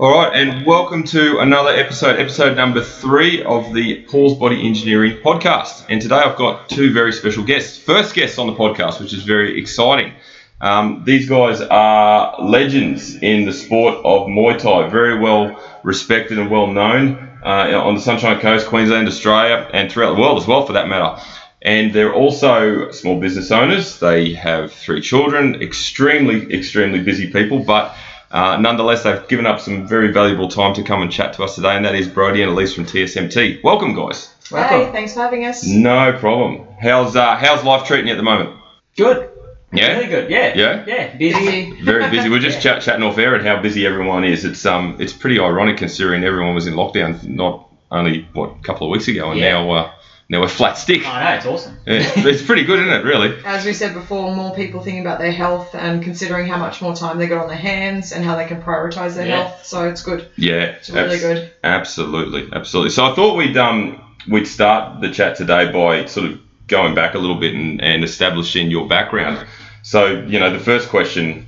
and welcome to another episode, episode number three of the Paul's Body Engineering podcast. And today I've got two very special guests. First guests on the podcast, which is very exciting. Um, these guys are legends in the sport of Muay Thai, very well respected and well known uh, on the Sunshine Coast, Queensland, Australia, and throughout the world as well, for that matter. And they're also small business owners. They have three children, extremely, extremely busy people, but uh, nonetheless, they've given up some very valuable time to come and chat to us today, and that is Brody and Elise from TSMT. Welcome, guys. Hey, thanks for having us. No problem. How's uh, how's life treating you at the moment? Good. Yeah. Really good. Yeah. Yeah? Yeah. Busy. Very busy. We're just chat, chatting off air at how busy everyone is. It's um, it's pretty ironic considering everyone was in lockdown not only what a couple of weeks ago, and Yeah. now uh, now we're flat stick. I know. It's awesome. Yeah, it's pretty good, isn't it? Really. As we said before, more people thinking about their health and considering how much more time they got on their hands and how they can prioritize their Yeah. health. So it's good. Yeah. It's really abs- good. Absolutely, absolutely. So I thought we'd um we'd start the chat today by sort of going back a little bit and, and establishing your background. So you know the first question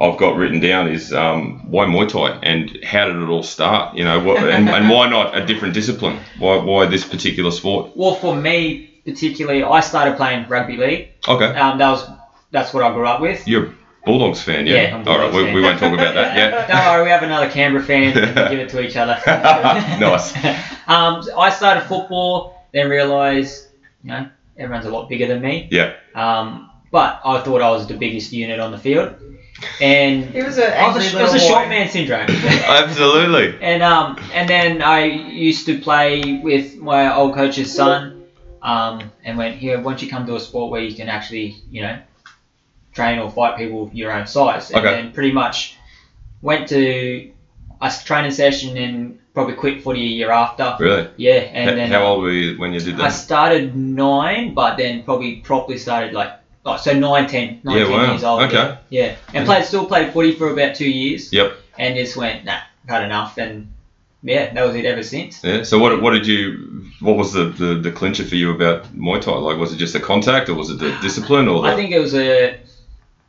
I've got written down is um, why Muay Thai and how did it all start? You know what and, and why not a different discipline? Why why this particular sport? Well, for me particularly, I started playing rugby league. Okay, Um, that was that's what I grew up with. you're a Bulldogs fan, yeah. Yeah, I'm a all right, Bulldogs we, we fan. won't talk about that. Yeah. Don't worry, we have another Canberra fan. We can give it to each other. Nice. Um, so I started football, then realised, you know, everyone's a lot bigger than me. Yeah. Um, but I thought I was the biggest unit on the field, and It was a, I was a, angry it was a little short boy. man syndrome. Absolutely. And um, and then I used to play with my old coach's son, um, and went here. Once you come to a sport where you can actually, you know, train or fight people your own size, and Okay. then pretty much went to a s- training session and probably quit footy a year after. Really. Yeah, and H- then how old were you when you did I that? started nine, but then probably properly started like. Oh, so 9, 10, 9, Yeah, 10 wow. years old. Okay. Yeah, yeah. and played still played footy for about two years. Yep. And just went nah, had enough, and yeah, that was it ever since. Yeah. So what what did you what was the, the, the clincher for you about Muay Thai? Like was it just the contact or was it the discipline or the I think it was a,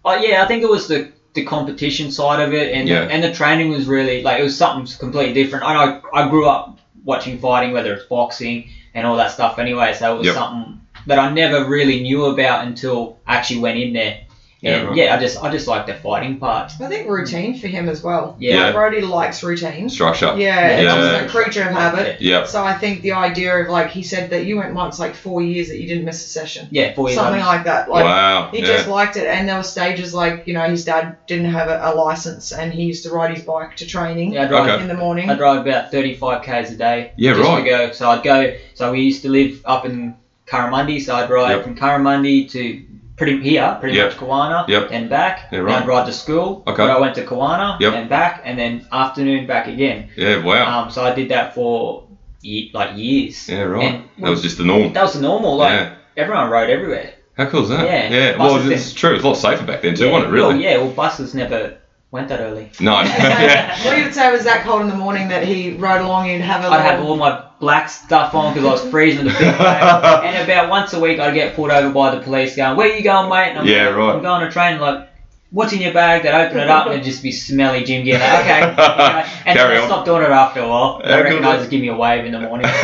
oh yeah, I think it was the the competition side of it, and Yeah. and the training was really like it was something completely different. I know I grew up watching fighting, whether it's boxing and all that stuff. Anyway, so it was Yep. something that I never really knew about until I actually went in there. Yeah, And right. yeah, I just I just like the fighting part. I think routine for him as well. Yeah. Brody likes routine. structure? Yeah, Yeah. he's a creature of habit. Yep. So I think the idea of like he said that you went once like four years that you didn't miss a session, Yeah, four years. something old. like that. Like wow. He yeah. just liked it, and there were stages like you know his dad didn't have a, a license, and he used to ride his bike to training Yeah, I'd ride, Okay. in the morning. I'd ride about 35 k's a day. Yeah, just right. To go. So I'd go. So we used to live up in Curramundi, so I'd ride Yep. from Curramundi to pretty here, pretty Yep. much Kawana, Yep. and back. Yeah, And right. I'd ride to school. Okay. But I went to Kawana Yep. and back, and then afternoon back again. Yeah. Wow. Um, so I did that for ye- like years. yeah. Right. and- that was just the norm. That was the normal. Like yeah. everyone rode everywhere. How cool is that? yeah, Well, buses it's true. It's a lot safer back then too, wasn't it? Well, Really. yeah. Well, buses never went that early. No. yeah. what you would say was that cold in the morning that he rode along and have a I'd have little- all my black stuff on because I was freezing the big day. And about once a week, I'd get pulled over by the police going, Where you going, mate? And I'm Yeah, like, right. I'm going to train. Like, what's in your bag? They'd open it up and it'd just be smelly Jim gear. Like, okay. okay. And Carry on. so I stopped doing it after a while. Yeah, I reckon good. I'd just give me a wave in the morning.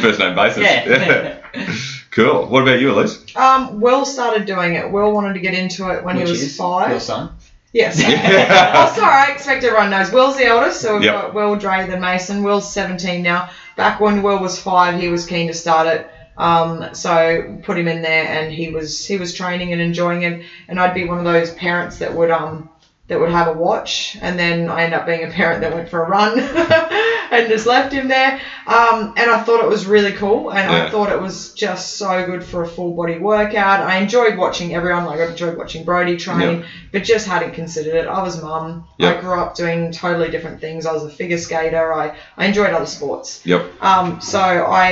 First name basis. yeah. Cool. What about you, Elise? Um, Will started doing it. Will wanted to get into it when Which he was is Your five. son. Yes. Yeah. oh, sorry. I expect everyone knows. Will's the eldest, so we've Yep. got Will, Dre, then Mason. Will's 17 now. Back when Will was five, he was keen to start it. Um, so put him in there, and he was he was training and enjoying it. And I'd be one of those parents that would um that would have a watch, and then I end up being a parent that went for a run and just left him there. Um, and I thought it was really cool, and Yeah. I thought it was just so good for a full body workout. I enjoyed watching everyone, like I enjoyed watching Brody train, but just hadn't considered it. I was mum. Yeah. I grew up doing totally different things. I was a figure skater. I, I enjoyed other sports. Yep. Um, so I,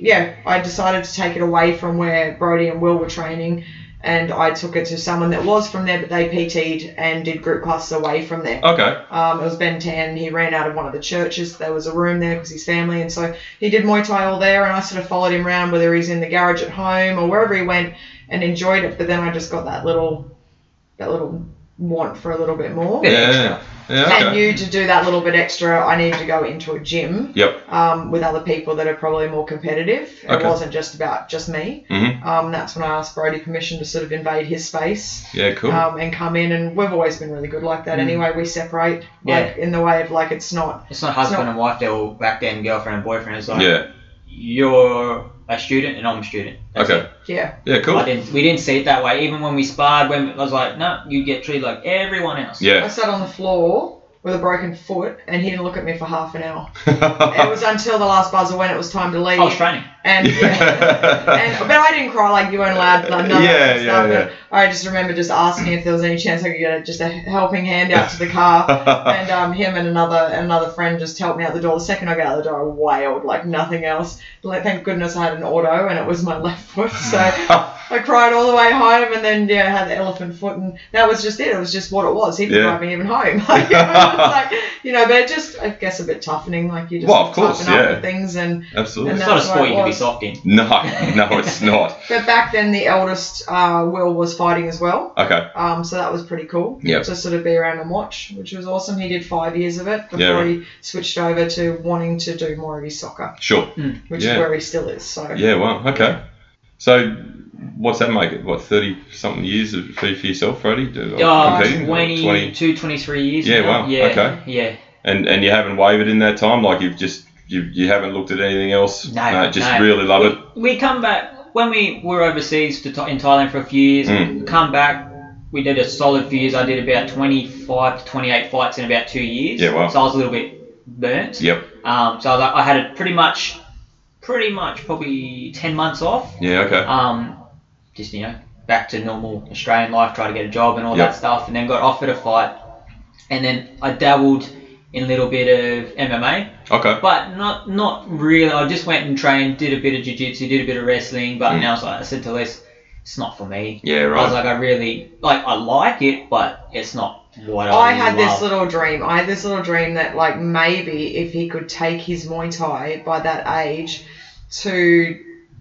yeah, I decided to take it away from where Brody and Will were training, and I took it to someone that was from there, but they PT'd and did group classes away from there. Okay. Um, it was Ben Tan. He ran out of one of the churches. There was a room there because his family, and so he did Muay Thai all there. And I sort of followed him around, whether he's in the garage at home or wherever he went, and enjoyed it. But then I just got that little, that little want for a little bit more. Yeah. Yeah, and okay. you to do that little bit extra, I needed to go into a gym Yep. um, with other people that are probably more competitive. It Okay. wasn't just about just me. Mhm. Um, that's when I asked Brody permission to sort of invade his space Yeah, cool. Hmm. um, and come in. And we've always been really good like that. Mm. Anyway, we separate Yeah. like in the way of like it's not. It's not husband not- and wife, they were back then girlfriend and boyfriend. It's like, yeah. you're a student and I'm a student. That's Okay. Yeah, Yeah, Cool. I cool. didn't, we didn't see it that way. Even when we sparred, when I was like, no, you get treated like everyone else. I Yeah. sat on the floor with a broken foot, and he didn't look at me for half an hour. it yeah. was until the last buzzer when it was time to leave. I Oh, was training. and And, but I didn't cry like you weren't allowed. Like, none of Yeah, that yeah, stuff. And I just remember just asking if there was any chance I could get a, just a helping hand out to the car. and um, him and another another friend just helped me out the door. The second I got out the door, I wailed like nothing else. Like thank goodness I had an auto and it was my left foot. So I cried all the way home, and then yeah, I had the elephant foot, and that was just it. It was just what it was. He didn't Yeah. drive me even home. Like, it was like, you know, but it just I guess a bit toughening. Like you just Well, of course, toughen up yeah. with things and Absolutely. And It's not a that's why sport it you can be was. soft in. No, no, it's not. But back then, the eldest uh, Will was fighting as well, Okay. um, so that was pretty cool Yep. to sort of be around and watch, which was awesome. He did five years of it before Yeah, right. he switched over to wanting to do more of his soccer, Sure. which Yeah. is where he still is. So Yeah. Wow. Okay. So, what's that make it? What thirty something years of for for yourself, Freddie? Do- Uh, competing? 22, 23 years. Yeah, now. wow, Yeah, okay. Yeah. And and you haven't wavered in that time. Like you've just you you haven't looked at anything else. No, just no. really love it. We come back, when we were overseas to, Tha- in Thailand for a few years, Mm. we come back, we did a solid few years. I did about 25 to 28 fights in about two years. Yeah, wow. So I was a little bit burnt. Yep. Um, so I, was like- I had it pretty much, pretty much probably 10 months off. Yeah. Okay. um, just you know back to normal Australian life, try to get a job and all Yep. that stuff, and then got offered a fight, and then I dabbled in a little bit of MMA, Okay. but not not really. I just went and trained, did a bit of jiu-jitsu, did a bit of wrestling, but Mm. now it's like, I said to Les, it's not for me. Yeah. I was Right. like, I really like, I like it, but it's not what I, I had this love. little dream. I had this little dream that like maybe if he could take his Muay Thai by that age to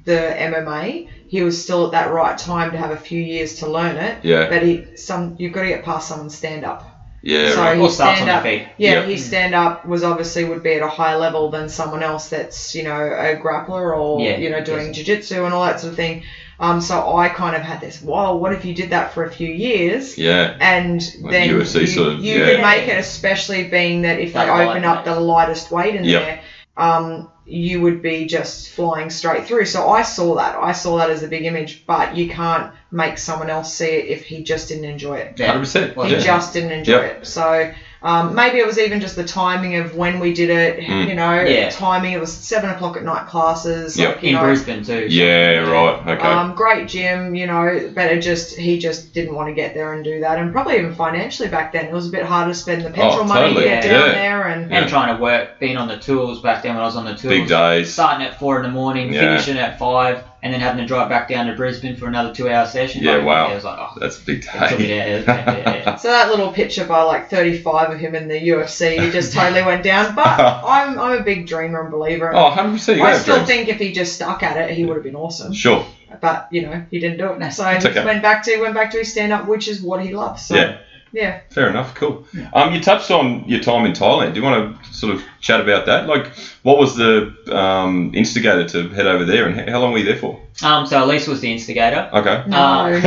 the MMA, he was still at that right time to have a few years to learn it. Yeah. But he some you've got to get past someone's stand up. Yeah. so Right. he All starts on stand the up. feet. Yeah, Yeah. his stand up was obviously would be at a higher level than someone else that's you know a grappler or Yeah, you know doing yes. jiu jitsu and all that sort of thing. Um, so I kind of had this. Wow, what if you did that for a few years? Yeah. And Like then UFC you, sort of, you yeah. could make it, especially being that if That they light open up weight. the lightest weight in Yep. there, um, you would be just flying straight through. So I saw that. I saw that as a big image, but you can't make someone else see it if he just didn't enjoy it. Hundred Yeah. percent. Well, He Yeah. just didn't enjoy Yep. it. So um, maybe it was even just the timing of when we did it. Mm. You know, Yeah. timing. It was seven o'clock at night classes. Yep. Like, you in know, Brisbane too. Yeah. Right. Okay. um, great gym. You know, but it just he just didn't want to get there and do that. And probably even financially back then, it was a bit harder to spend the petrol money to Oh, totally. get Yeah. down Yeah. there. And And trying to work, being on the tools back then when I was on the tools. Big days. starting at four in the morning, Yeah. finishing at five, and then having to drive back down to Brisbane for another two-hour session. Yeah, Like, wow. It was like, oh, That's a big it took me day. there. Yeah, yeah, So that little picture by like 35 of him in the UFC he just totally went down. But I'm, I'm a big dreamer and believer. And Oh, 100 percent. You I have still dreams. think if he just stuck at it, he would have been awesome. Sure. but you know he didn't do it. So he It's okay. went back to went back to his stand up, which is what he loves. So, Yeah. yeah. Fair enough. Cool. Yeah. Um, you touched on your time in Thailand. Do you want to sort of chat about that? Like, what was the um, instigator to head over there, and h- how long were you there for? yeah. Um, so Elise was the instigator. Okay. No, Ah. no.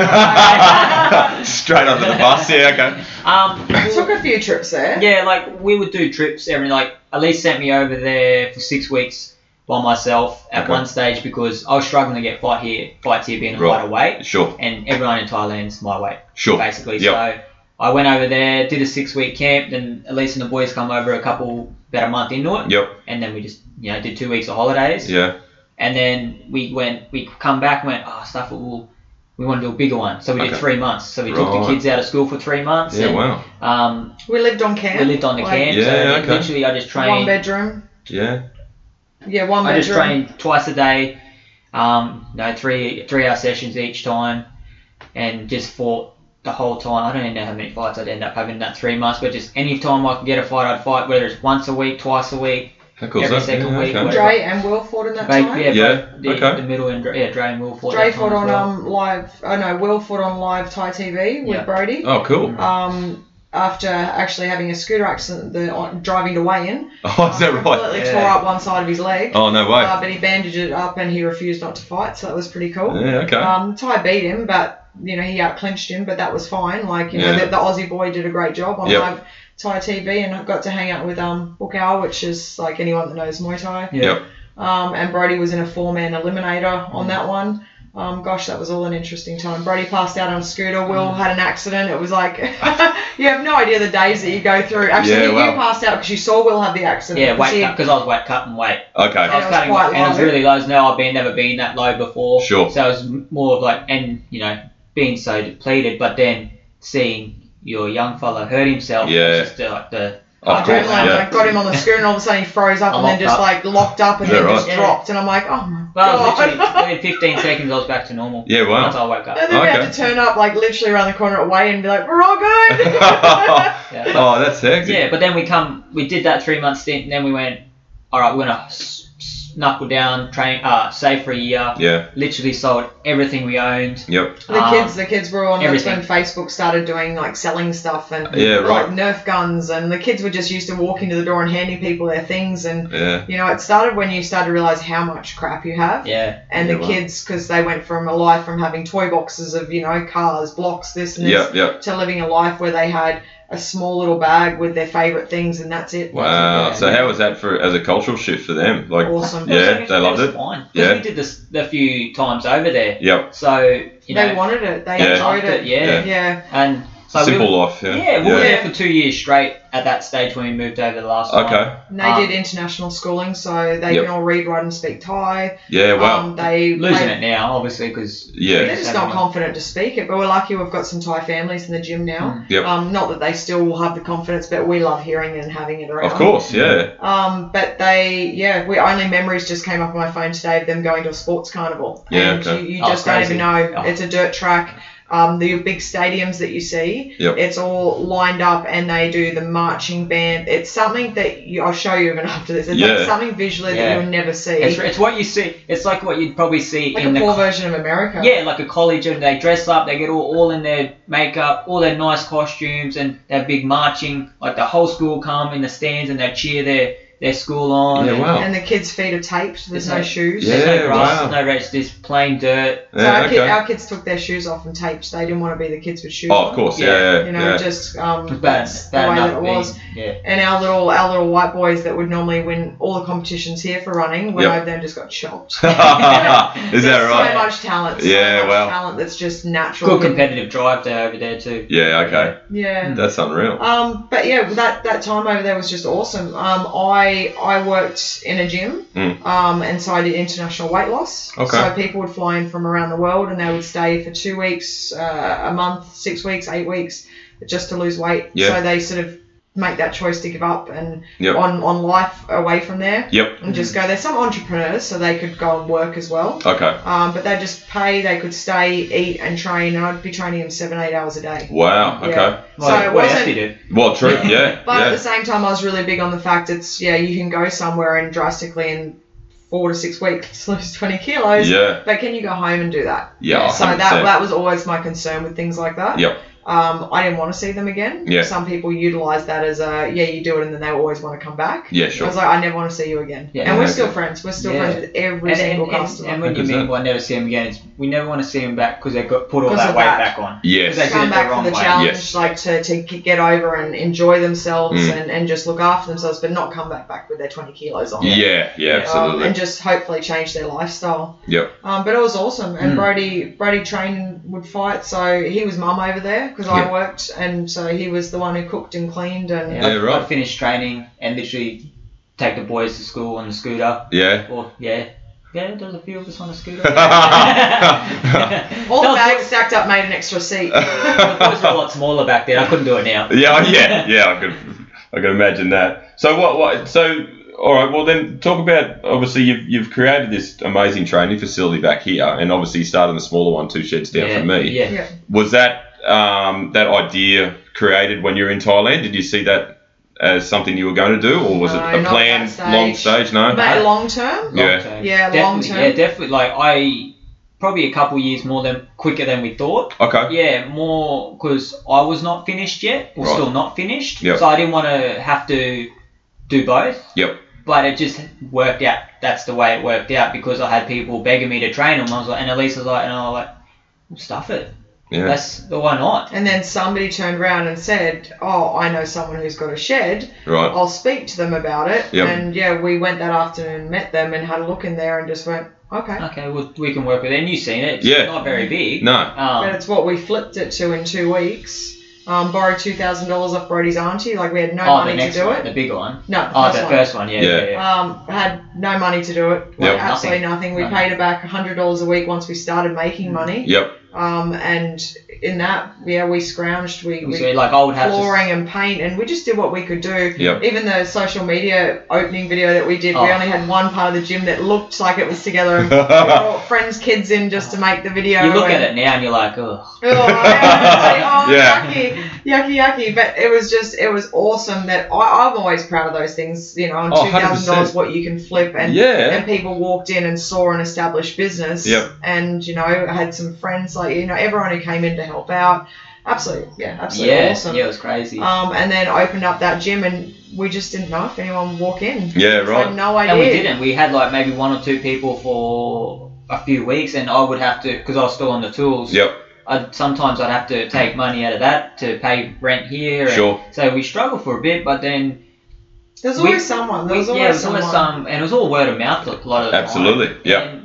Straight under the bus. Yeah. Okay. Um, I took a few trips there. yeah, like we would do trips every like Elise sent me over there for six weeks by myself at Okay. one stage because I was struggling to get fight here, fights here being a Right. lighter weight, Sure. and everyone in Thailand's my weight. Sure. basically. Yep. So I went over there, did a six week camp, then Elise and the boys come over a couple about a month into it. Yep. And then we just you know did two weeks of holidays. Yeah. And then we went we come back and went, Oh stuff it will we want to do a bigger one. So we did Okay. three months. So we took the Right. kids out of school for three months. Yeah. and, Wow. Um We lived on camp. we lived on the like, camp, so Yeah, okay. literally I just trained One bedroom. Yeah. Yeah, one I just bedroom. trained twice a day, um, no three three hour sessions each time, and just fought the whole time. I don't even know how many fights I'd end up having in that three months, but just any time I could get a fight, I'd fight, whether it's once a week, twice a week. How cool is Every that? second yeah, week, okay. whatever. Dre and Will fought in that Both- time. yeah, Yeah, both the, okay. the middle and yeah, Dre and Will fought. Dre that time fought as on well. um live. Oh no, Will fought on live Thai TV with Yeah. Brody. Oh, cool. Um, after actually having a scooter accident, the on, driving to weigh in, Oh, is that right? completely Yeah. tore up one side of his leg. Oh, no way. Uh, but he bandaged it up and he refused not to fight, so that was pretty cool. Yeah, okay. Um, Ty beat him, but you know he out clinched him, but that was fine. Like you Yeah. know the, the Aussie boy did a great job on Yep. live Thai TV, and I got to hang out with um Book Owl, which is like anyone that knows Muay Thai. Yeah. Yep. Um, and Brody was in a four man eliminator on that one. Um, gosh, that was all an interesting time. Brody passed out on a scooter. Will Mm. had an accident. It was like you have no idea the days that you go through. Actually, Yeah, you- wow. you passed out because you saw Will have the accident. Yeah, weight See, cut because I was weight cutting weight. Okay. I was it was cutting quite weight and I was low. really low. No, I've been never been that low before. Sure. So it was m- more of like and you know being so depleted, but then seeing your young fella hurt himself. Yeah. it's Just uh, like the Of course, adrenaline. yeah. I got him on the scooter, and all of a sudden he froze up, I and then locked just up. like locked up, Is and that then just right? dropped. And I'm like, oh my well, god. literally within 15 seconds I was back to normal. Yeah, wow. Once I woke up. And then we Okay. had to turn up like literally around the corner at Wayne and be like, we're all good. Yeah. But- oh, that's hectic. Yeah, but then we come, we did that three month stint, and then we went, all right, we're gonna s- s- knuckle down, train, uh, save for a year. Yeah. Literally sold everything we owned. Yep. the Um, kids, the kids were on. That's when everything. Facebook started doing like selling stuff and Yeah, right. like Nerf guns, and the kids were just used to walking to the door and handing people their things. And Yeah. you know, it started when you started to realize how much crap you have. Um, Yeah, And Yeah, the wow. kids, because they went from a life from having toy boxes of you know cars, blocks, this and this, Yep. Yep. to living a life where they had a small little bag with their favorite things and that's it. Wow. So how was that for as a cultural shift for them? Like. Awesome. Yeah, they loved was it. Fine. 'Cause Yeah. we did this a few times over there, Yep. so you know, they wanted it. They Yeah. enjoyed loved it, it. yeah. Yeah. and so Simple we were, life. Yeah. yeah, we were Yeah. there for two years straight at that stage when we moved over the last time. Okay. And they Um, did international schooling, so they Yep. can all read, write, and speak Thai. Yeah. Wow. Um, they Losing they- it now, obviously, because yeah. They're just not confident to speak it, but we're lucky we've got some Thai families in the gym Hmm. now. Yep. Um, not that they still will have the confidence, but we love hearing and having it around. Of course. Yeah. Um, but they, yeah, we only memories just came up on my phone today of them going to a sports carnival. Yeah, and okay. you, you Oh, just don't crazy. even know. Oh. It's a dirt track. Um, the big stadiums that you see, Yep. it's all lined up, and they do the marching band. It's something that you, I'll show you even after this. It's Yeah. like something visually Yeah. that you'll never see, It's, it's what you see. It's like what you'd probably see like in the a poor version of America. Yeah, like a college, and they dress up, they get all, all in their makeup, all their nice costumes, and their big marching. Like the whole school come in the stands and they cheer their, their school on. Yeah. and Wow. And the kids' feet are taped. There's It's no like- shoes. Yeah, There's no grass, wow. no reds, just plain dirt. So our, Yeah. kid, Okay. our kids took their shoes off and taped. They didn't want to be the kids with shoes. Oh, of on. course. Yeah. Yeah. You know, Yeah. just um, Bad, that's the bad way enough that it being- was. Yeah. And our little our little white boys that would normally win all the competitions here for running, one Yep. of them just got chopped. Is that There's right? So much talent. So Yeah, much wow. Talent that's just natural. Good competitive drive there over there too. Yeah. Okay. Yeah. That's unreal. Um, but yeah, that, that time over there was just awesome. Um, I I worked in a gym, Mm. um, and so I did international weight loss. Okay. So people would fly in from around the world, and they would stay for two weeks, uh, a month, six weeks, eight weeks, just to lose weight. Yeah. So they sort of make that choice to give up and Yep. on on life away from there, Yep. and just go. There's some entrepreneurs, so they could go and work as well. Okay. Um, but they just pay. They could stay, eat, and train. And I'd be training them seven, eight hours a day. Wow. Yeah. Okay. So it what else wasn't- you do? Well, true. Yeah. But at Yeah. the same time, I was really big on the fact it's yeah, you can go somewhere and drastically in four to six weeks lose twenty kilos. Yeah. But can you go home and do that? Yeah. So that 100%. that was always my concern with things like that. Yep. Um, I didn't want to see them again. Yeah. Some people utilize that as a yeah, you do it and then they always want to come back. Yeah. I Sure. was like, I never want to see you again. Yeah. and we're Okay. still friends. We're still Yeah. friends with every And, and, single and, customer. and when you Because mean that- well, never see him again, it's, we never want to see him back because they got put all 'Cause that of weight that. back on. Yes. They did it come the back wrong for the way. challenge, Yes. like to, to get over and enjoy themselves Mm. and, and just look after themselves, but not come back back with their 20 kilos on. Yeah. Yeah. Um, um, Absolutely. and just hopefully change their lifestyle. Yep. Um, but it was awesome, and Mm. Brody Brody trained would fight, so he was mum over there because Yeah. I worked, and so he was the one who cooked and cleaned and Yeah, Yeah, I'd- right. I'd finish training and literally take the boys to school on the scooter. Yeah. Well, yeah. Yeah, there's a few of us on the scooter. all the No, bags stacked up made an extra seat. The boys were a lot smaller back then. I couldn't do it now. Yeah, yeah, yeah. I could, I could imagine that. So what? What? So all right. Well, then talk about. Obviously, you've you've created this amazing training facility back here, and obviously you started in the smaller one, two sheds down yeah, from me. Yeah. yeah. Was that um, that idea created when you were in Thailand? Did you see that as something you were going to do, or was No, it a not planned that stage. long stage? No. But long term, Long Yeah. term. Yeah, long Definitely, term. Yeah, definitely. Like I, probably a couple years more than quicker than we thought. Okay. Yeah, more because I was not finished yet, or Right. still not finished. Yep. So I didn't want to have to do both. Yep. But it just worked out. That's the way it worked out because I had people begging me to train them. I was like, and Elise was like, and I was like, well, stuff it. Yeah. That's the why not. And then somebody turned around and said, "Oh, I know someone who's got a shed. Right. I'll speak to them about it." Yep. And yeah, we went that afternoon, met them, and had a look in there, and just went, "Okay." Okay, well, we can work with it. And you've seen it. It's Yeah. Not very big. No. And Um, it's what we flipped it to in two weeks. Um, borrowed two thousand dollars off Brody's auntie. Like we had no oh, the money to next do one, it. the big one. No, Oh, first the one. first one, yeah, Yeah. yeah, yeah. Um, had no money to do it. Like, Yep. absolutely nothing. We No. paid her back hundred dollars a week once we started making money. Yep. Mm. Um, and in that, yeah, we scrounged. We, So, we like I would have to flooring and paint, and we just did what we could do. Yep. Even the social media opening video that we did, we Oh. only had one part of the gym that looked like it was together. And we brought friends' kids in just to make the video. You look and- at it now and you're like, oh, Oh, yeah. Yeah. Yucky, oh, yucky, yucky. But it was just, it was awesome that I, I'm always proud of those things, you know, on Oh, $2,000 100%. what you can flip. And, Yeah. and people walked in and saw an established business. Yep. And, you know, I had some friends, like, you know, everyone who came in to help out. Absolutely, yeah, absolutely yeah, awesome. yeah, it was crazy. Um, and then opened up that gym, and we just didn't know if anyone would walk in. Yeah. It's like, Right. no idea. and we didn't. We had like maybe one or two people for a few weeks, and I would have to because I was still on the tools. Yep. I'd, sometimes I'd have to take money out of that to pay rent here. and- Sure. So we struggled for a bit, but then There's we- always someone. we, There's always yeah, it was someone. always some, and it was all word of mouth a lot of the time. Absolutely. Yeah. And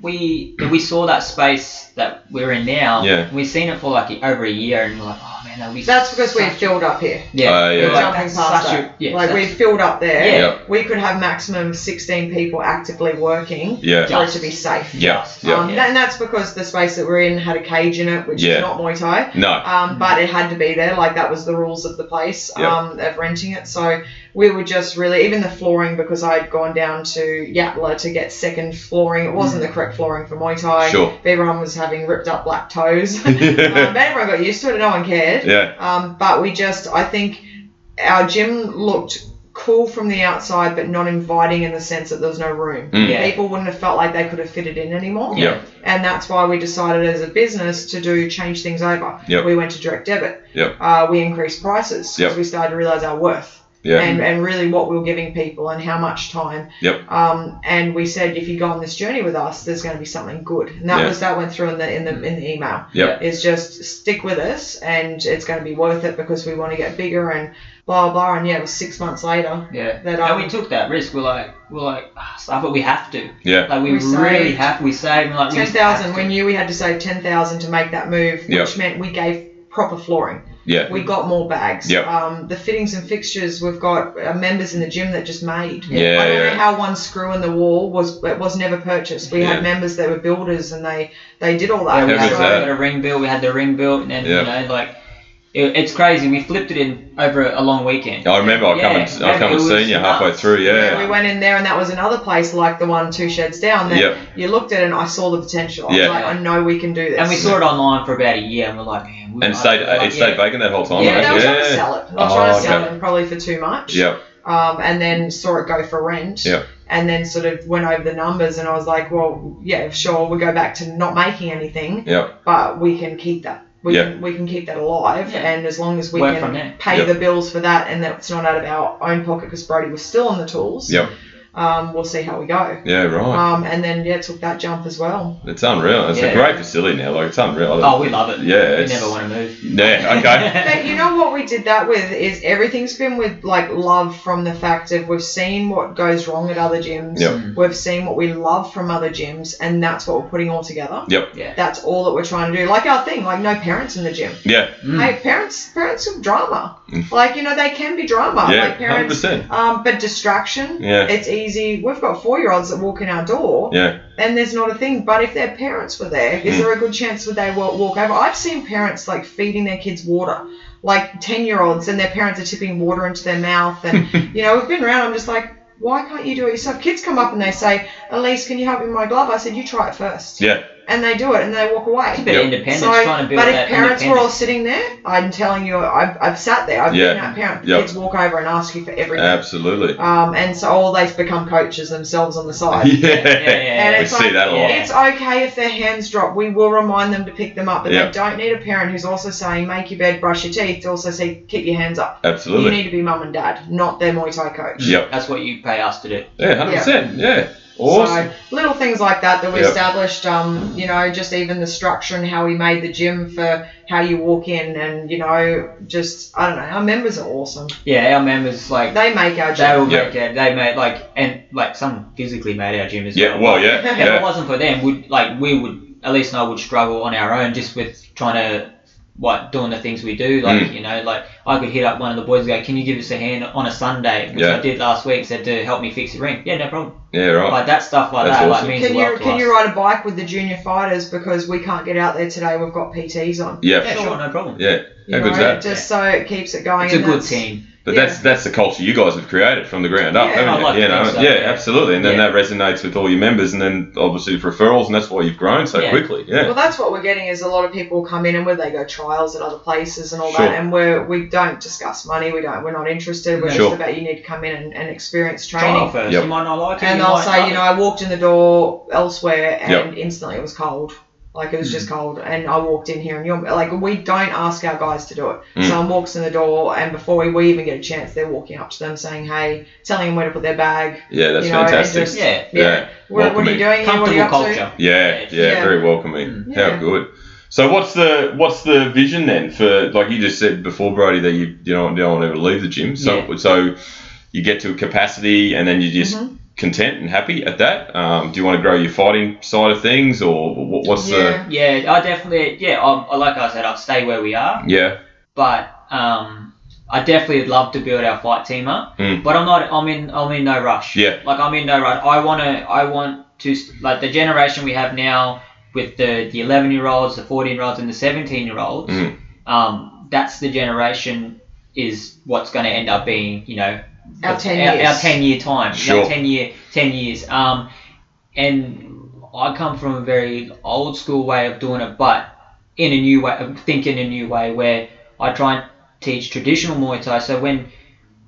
we we saw that space that we're in now. Yeah. We've seen it for like over a year, and we're like, oh man, that'll be That's because we're such- filled up here. yeah, Uh, yeah. we're We're like, jumping that's past such a- that. yeah, like that's- we filled up there. Yeah. Yep. We could have maximum 16 people actively working Yeah. for it to be safe. Yeah. Just, Yeah. Um, yeah. And that's because the space that we're in had a cage in it, which Yeah. is not Muay Thai. No. Um, but it had to be there, like that was the rules of the place Yep. um, of renting it. So we were just really, even the flooring, because I'd gone down to Yatla to get second flooring. It wasn't the correct flooring for Muay Thai. Mm. Sure. Everyone was having ripped up black toes. um, but yeah. everyone got used to it. No one cared. Yeah. Um, but we just, I think our gym looked cool from the outside, but not inviting in the sense that there was no room. Mm. Yeah. People wouldn't have felt like they could have fitted in anymore. Yep. And that's why we decided as a business to do change things over. Yep. We went to direct debit. Yep. Uh, we increased prices because Yep. we started to realize our worth Yeah. and, and really what we were giving people and how much time. Yep. Um, and we said, if you go on this journey with us, there's going to be something good. And that Yeah. was that went through in the in the in the email. Yep. Is just stick with us, and it's going to be worth it because we want to get bigger and blah blah. And yeah, it was six months later Yeah. that And we um, took that risk. We're like, we're like, ah, stuff it. We have to. Yeah. Like we, We really saved have. We saved like Um, we ten have thousand. to. We knew we had to save ten thousand to make that move, Yep. which meant we gave proper flooring. Yeah. We got more bags. Yep. Um, the fittings and fixtures we've got uh, members in the gym that just made. I don't know Yeah. how one screw in the wall was it was never purchased. We Yeah. had members that were builders and they they did all Yeah, that. we How had, good's So- that? we had a ring built. We had the ring built, and then uh, Yeah. you know, like, it, it's crazy. We flipped it in over a long weekend. I remember I come Yeah. and I Yeah, come and it was seen you halfway nuts. through. Yeah, we Yeah. went in there and that was another place like the one two sheds down that Yep. you looked at it and I saw the potential. I was Yeah. like, I know we can do this. And we saw it online for about a year, and we're like, man, we And might- stayed uh, like, it stayed vacant that whole yeah, time. they were right? trying to Oh, Yeah. sell it. They were Oh, trying to sell okay. it probably for too much. Yep. Um, and then saw it go for rent. Yep. And then sort of went over the numbers and I was like, well, yeah, sure, we go back to not making anything, Yep. but we can keep that. We, Yep. can, we can keep that alive, Yeah. and as long as we Work can from there. pay Yep. the bills for that, and that's not out of our own pocket because Brody was still on the tools. Yep. Um, we'll see how we go. Yeah. Right. Um, and then yeah, took that jump as well. It's unreal. It's Yeah. a great facility now. Like it's unreal. I don't- Oh, we love it. Yeah, we it's- never want to move. Yeah. Okay. But you know what we did that with is everything's been with like love from the fact of we've seen what goes wrong at other gyms. Yep. We've seen what we love from other gyms, and that's what we're putting all together. Yep. Yeah. That's all that we're trying to do. Like our thing, like no parents in the gym. Yeah. Mm. Hey, parents, parents have drama. Mm. Like you know, they can be drama. Yeah. like Hundred parents. percent. Um, but distraction. Yeah. It's easy. We've got four year olds that walk in our door, Yeah. and there's not a thing. But if their parents were there, is Mm. there a good chance would they wa- walk over? I've seen parents like feeding their kids water, like 10 year olds, and their parents are tipping water into their mouth. And, you know, we've been around, I'm just like, why can't you do it yourself? Kids come up and they say, Elise, can you help me with my glove? I said, you try it first. Yeah. and they do it and they walk away. It's a bit Yep. of independence, So, trying to build But that if parents were all independence. sitting there, I'm telling you, I've, I've sat there. I've Yeah. been that parent. Yep. Kids walk over and ask you for everything. Absolutely. um, and so all they become coaches themselves on the side. Yeah. yeah, yeah, yeah, And We it's like, see that a lot. It's okay if their hands drop. We will remind them to pick them up, but Yeah. they don't need a parent who's also saying, "Make your bed, brush your teeth." To also say, "Keep your hands up." You Absolutely. need to be mum and dad, not their Muay Thai coach. Yep. That's what you pay us to do. Yeah, hundred percent. Yeah. Awesome. So little things like that that we Yep. established. Um, you know, just even the structure and how we made the gym for how you walk in, and you know, just I don't know. Our members are awesome. Yeah, our members like They make our they gym. will Yeah. make it. They made like and like some physically made our gym as Yeah. well. Well. Yeah. If If it Yeah. wasn't for them, would like we would at least and I would struggle on our own just with trying to what doing the things we do. Like Mm. you know, like I could hit up one of the boys and go, "Can you give us a hand on a Sunday?" Which Yeah. I did last week. Said to help me fix the ring. Yeah, no problem. Yeah. Right. Like that stuff like That's that awesome. like means Can a you lot to can us. you ride a bike with the junior fighters because we can't get out there today? We've got PTs on. Yeah. yeah, sure, no problem. Yeah. You How good's know, that? Just so it keeps it going. It's a and good that's- team. But Yeah. that's that's the culture you guys have created from the ground up, Yeah, haven't I'd you? like to you know, think so, yeah, yeah. absolutely. And then Yeah. that resonates with all your members, and then obviously referrals, and that's why you've grown so Yeah. quickly. Yeah, Well, that's what we're getting is a lot of people come in and where they go trials at other places and all Sure. that, and we're we don't discuss money. We don't. We're not interested. We're Sure. just about you need to come in and, and experience Trial training. first. Yep. You might not like it. And you I'll might say, love you it. know, I walked in the door elsewhere and instantly it was cold. Like it was Hmm. just cold, and I walked in here, and you're like, we don't ask our guys to do it. Mm. Someone walks in the door, and before we, we even get a chance, they're walking up to them, saying, "Hey," telling them where to put their bag. yeah, that's You know, it fantastic. just- yeah, Yeah. Yeah. What, what are Welcoming. you doing? here? What are you comfortable up to? culture. yeah, yeah, Yeah. very welcoming. Mm. How Yeah. good. So what's the what's the vision then for like you just said before, Brody, that you you don't, you don't want to ever leave the gym. So so you get to a capacity, and then you just. Mm-hmm. Content and happy at that. Um, do you want to grow your fighting side of things, or what, what's Yeah. Yeah, I definitely. Yeah, I, like I said, I'll stay where we are. the? Yeah, but um, I definitely would love to build our fight team up. Mm. But I'm not. I'm in. I'm in no rush. Yeah. Like I'm in no rush. I wanna. I want to. s- Like the generation we have now with the the 11 year olds, the 14 year olds, and the 17 year olds. Mm. Um, that's the generation is what's going to end up being. You know. Our the- 10 our, years. Our 10 year time. you know, Sure. 10 year. 10 years. Um, and I come from a very old school way of doing it, but in a new way of thinking a new way where I try and teach traditional Muay Thai. So when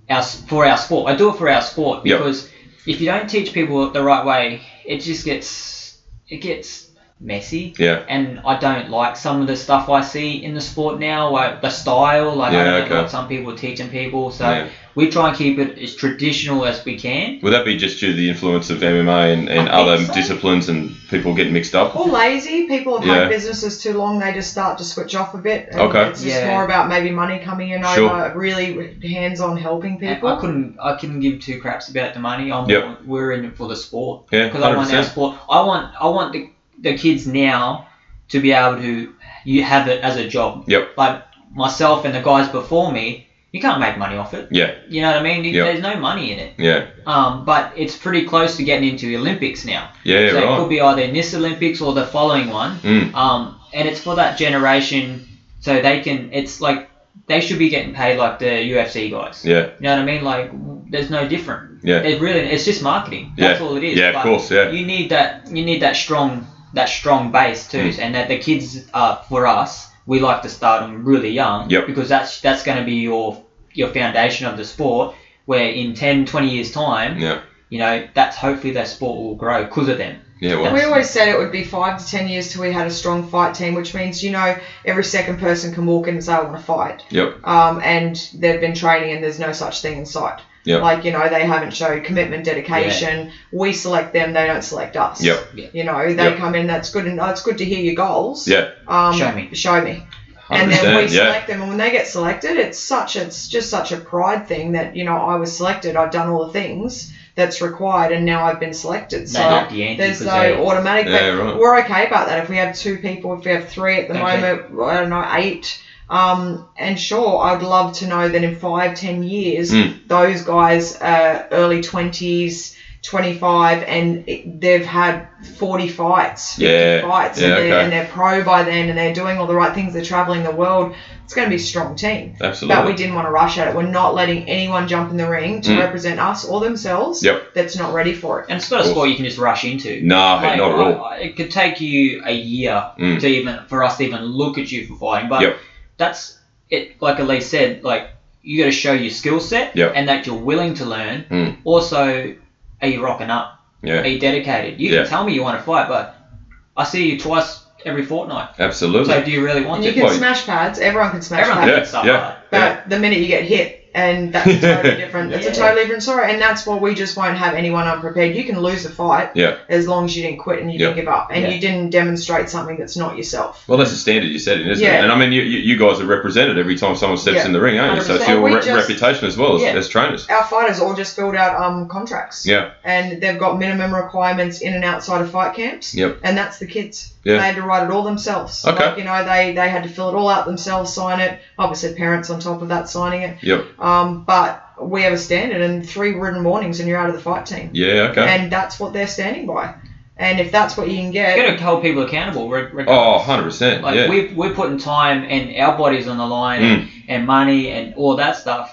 our for our sport, I do it for our sport Yep. because if you don't teach people the right way, it just gets it gets messy. yeah, And I don't like some of the stuff I see in the sport now, like the style, like Yeah, I don't okay. know what some people are teaching people. So Yeah. we try and keep it as traditional as we can. Would that be just due to the influence of MMA and, and I think other so. disciplines and people getting mixed up? Or lazy people have Yeah. had businesses too long; they just start to switch off a bit. And Okay. It's just Yeah. more about maybe money coming in Sure. over really hands-on helping And people. I couldn't I couldn't give two craps about the money. I'm Yep. we're in it for the sport. Yeah, because I want our 100%. sport. I want I want the, the kids now to be able to you have it as a job. Yep. Like myself and the guys before me, you can't make money off it. Yeah, You know what I mean? Yep. There's no money in it. yeah, Um, but it's pretty close to getting into the Olympics now. yeah, so it could right. be either in this Olympics or the following one. Mm. Um, and it's for that generation, so they can. It's like they should be getting paid like the UFC guys. Yeah, You know what I mean? Like there's no different. Yeah. It really it's just marketing. That's all it is. yeah, of But course, yeah. You need that you need that strong that strong base too Mm. and that the kids uh for us, we like to start them really young Yep. because that's that's going to be your your foundation of the sport where in 10 20 years time, Yeah, you know, that's hopefully their sport will grow because of them. yeah, well, we always said it would be five to ten years till we had a strong fight team, which means you know every second person can walk in and say I want to fight, yep, um, and they've been training and there's no such thing in sight. Yep. Like you know they haven't showed commitment, dedication. We select them, they don't select us. Yep. Yeah. You know they Yep. come in. That's good, and oh, it's good to hear your goals. yeah, Um, Show me. Show me. 100%, and then we yeah, select them and when they get selected it's such it's just such a pride thing that you know i was selected i've done all the things that's required and now i've been selected They so knock the ante there's 'cause no they- automatic Yeah, but right. we're okay about that if we have two people if we have three at the Okay. moment well, i don't know eight um, and sure i'd love to know that in five ten years Mm. those guys are early 20s 25 and it- they've had 40 fights, 50 Yeah. fights, Yeah, and, they're, okay. and they're pro by then and they're doing all the right things. They're traveling the world. It's going to be a strong team. Absolutely. But we didn't want to rush at it. We're not letting anyone jump in the ring to Mm. represent us or themselves Yep. that's not ready for it. And it's not a Cool. sport you can just rush into. no, Like, not at all. I- I- It could take you a year Mm. to even for us to even look at you for fighting, but Yep. that's it. Like Elise said, like you got to show your skill set Yep. and that you're willing to learn. Mm. Also, are you rocking up? Are Yeah, you dedicated? You Yeah. can tell me you want to fight, but I see you twice every fortnight. absolutely. So do you really want And you to? can Well, smash pads. Everyone can smash Everyone pads. Yeah, can suffer. yeah. But the minute you get hit, and that's a totally different. It's a Yeah. totally different story, and that's why we just won't have anyone unprepared. You can lose a fight Yeah. as long as you didn't quit and you Yeah. didn't give up, and Yeah. you didn't demonstrate something that's not yourself. Well, that's the standard you set in, isn't it? Yeah. And I mean, you, you you guys are represented every time someone steps Yeah. in the ring, aren't you? So it's 100%. your We re- just- reputation as well as, Yeah. as trainers. Our fighters all just filled out um, contracts, Yeah. and they've got minimum requirements in and outside of fight camps. Yep. And that's the kids. Yeah. They had to write it all themselves. Okay. Like, you know, they, they had to fill it all out themselves, sign it. Obviously, parents on top of that signing it. Yep. Um, but we have a standard, and three written warnings, and you're out of the fight team. Yeah. Okay. and that's what they're standing by. And if that's what you can You got get, to hold people accountable. reg- oh, regardless. 100 percent. Like Yeah. Mm. we're, we're putting time and our bodies on the line and, and money and all that stuff.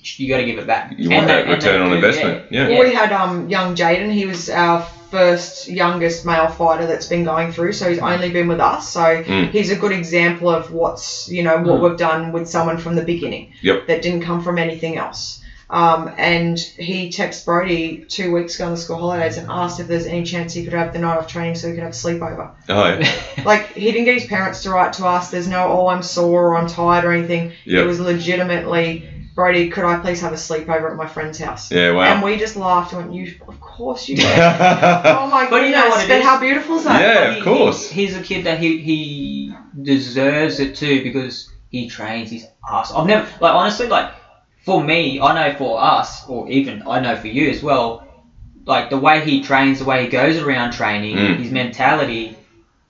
You got to give it back. You And want they- that and they return on do, investment. Yeah. we had um, young Jaden. He was our first youngest male fighter that's been going through, so he's only been with us. So Mm. he's a good example of what's you know Mm. what we've done with someone from the beginning Yep. that didn't come from anything else. Um, and he texted Brody two weeks ago on the school holidays and asked if there's any chance he could have the night off training so he could have a sleepover. Oh, yeah. Like he didn't get his parents to write to us. There's no oh I'm sore or I'm tired or anything. It Yep. was legitimately, Brody, could I please have a sleepover at my friend's house? Yeah. And Wow. we just laughed and went, you, of course you can. oh my But goodness, you know what it but is? how beautiful is that? Yeah, But of he- course. He's a kid that he he deserves it too because he trains his ass. I've never like honestly like for me, I know for us or even I know for you as well. Like the way he trains, the way he goes around training, Mm. his mentality,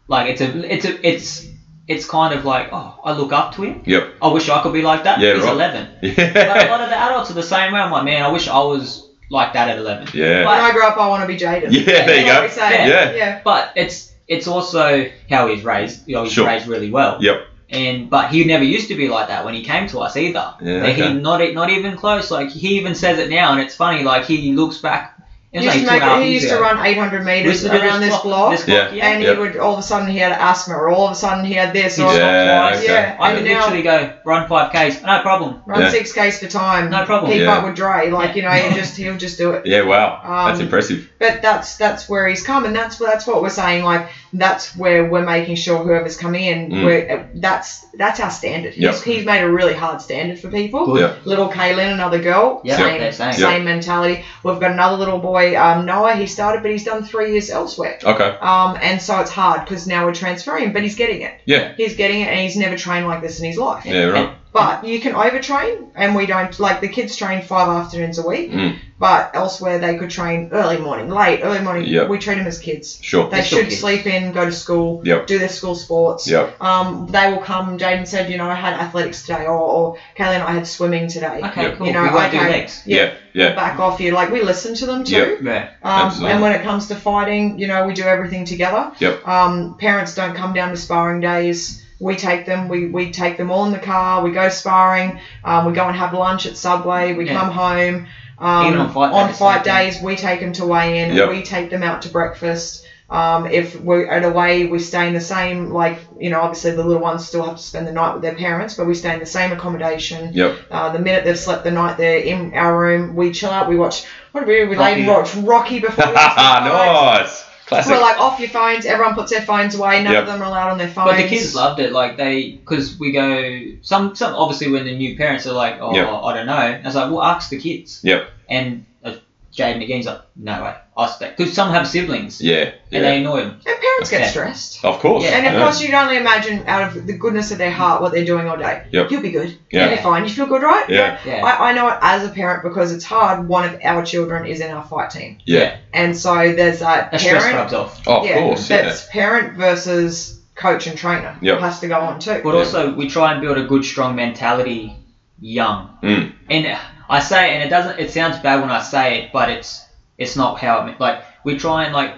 like it's a it's a it's it's kind of like oh I look up to him. Yep. I wish I could be like that. Yeah, He's right. eleven. But a Yeah. lot of the adults are the same way. I'm like man, I wish I was like that at eleven. Yeah. When I grow up, I want to be Jaden. Yeah, there you That's go. what we say. Yeah. yeah. But it's it's also how he's raised. You know, he's Sure. raised really well. Yep. And but he never used to be like that when he came to us either. Yeah, Like, okay. He not e- not even close. Like he even says it now, and it's funny. Like he looks back. It was like Used to two and a make- half he years used to ago. run 800 We meters used to do around this block, This block, yeah. and Yeah. he would all of a sudden he had asthma, or all of a sudden he had this, He's or Yeah. not close. okay. Yeah, I and could now- literally go run five k's, no problem. run Yeah. six k's for time. No problem. Keep Yeah. up with Dre, like you know, he just he'll just do it. Yeah. Wow. That's Um, impressive. But that's that's where he's come, and that's that's what we're saying. Like that's where we're making sure whoever's coming in, Mm. we're, uh, that's that's our standard. Yep. He's, he's made a really hard standard for people. Yeah. Little Kaylin, another girl, Yeah, same they're same. same mentality. We've got another little boy, um, Noah. He started, but he's done three years elsewhere. Okay. Um, and so it's hard because now we're transferring, him, but he's getting it. Yeah. He's getting it, and he's never trained like this in his life. Yeah. Right. But you can overtrain, and we don't like the kids train five afternoons a week, Mm. but elsewhere they could train early morning, late, early morning. Yep. We treat them as kids. Sure. They They're still should kids. sleep in, go to school, Yep. do their school sports. Yep. Um, they will come. Jaden said, you know, I had athletics today, or, or Kaylee and I had swimming today. Okay, Yeah. cool. You know, we won't do okay. legs. Yeah. Yeah. Back off you. Like we listen to them too. Yep. Yeah. Um, Absolutely. and when it comes to fighting, you know, we do everything together. Yep. Um, parents don't come down to sparring days. We take them. We, we take them all in the car. We go sparring. Um, we go and have lunch at Subway. We Yeah. come home. Um, Even on fight on days, fight same thing. days, we take them to weigh in. Yep. We take them out to breakfast. Um, if we're at away, we stay in the same, like, you know, obviously the little ones still have to spend the night with their parents, but we stay in the same accommodation. Yep. Uh, the minute they've slept the night, they're in our room. We chill out. We watch. What did we do with Rocky. Aiden? Watch Rocky before we watch the fights. nice. Classic. We're like off your phones. Everyone puts their phones away. None Yep. of them are allowed on their phones. But the kids loved it. Like they, because we go some some obviously when the new parents are like, oh, Yep. I don't know. I was like, well, ask the kids. Yep. And uh, Jaden again's like, no way, ask that because some have siblings yeah. and Yeah. they annoy them. And parents get Yeah. stressed. Of course. Yeah. And of yeah. course, you can only imagine out of the goodness of their heart what they're doing all day. Yep. You'll be good. Yeah. You'll be fine. You feel good, right? Yeah. Yeah. I, I know it as a parent because it's hard. One of our children is in our fight team. Yeah. And so there's that That stress parent. rubs off. Oh, of yeah, course. Yeah. That's parent versus coach and trainer. Yep. Has to go on too. But also we try and build a good strong mentality young. Mm. And I say, and it doesn't. It sounds bad when I say it, but it's It's not how it, like we try and like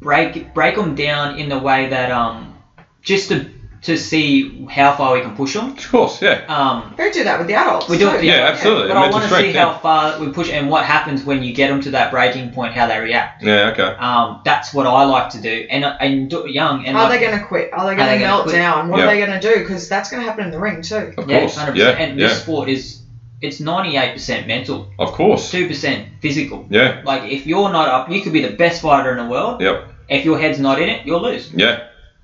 break break them down in the way that um just to to see how far we can push them. Of course, yeah. Um, They do that with the adults. We do it with too. the- Yeah, absolutely. but I Mental want to see strength, how yeah. far we push and what happens when you get them to that breaking point, how they react. Yeah, okay. Um, that's what I like to do, and and do it young. And Are like- they going to quit? Are they Are they going to gonna melt quit? down? What Yeah. are they going to do? Because that's going to happen in the ring too. Of yeah, course. 100%. Yeah, and yeah. this sport is it's ninety eight percent mental, Of course. two percent physical. Yeah, Like if you're not up, you could be the best fighter in the world. Yep. If your head's not in it, you'll lose. yeah.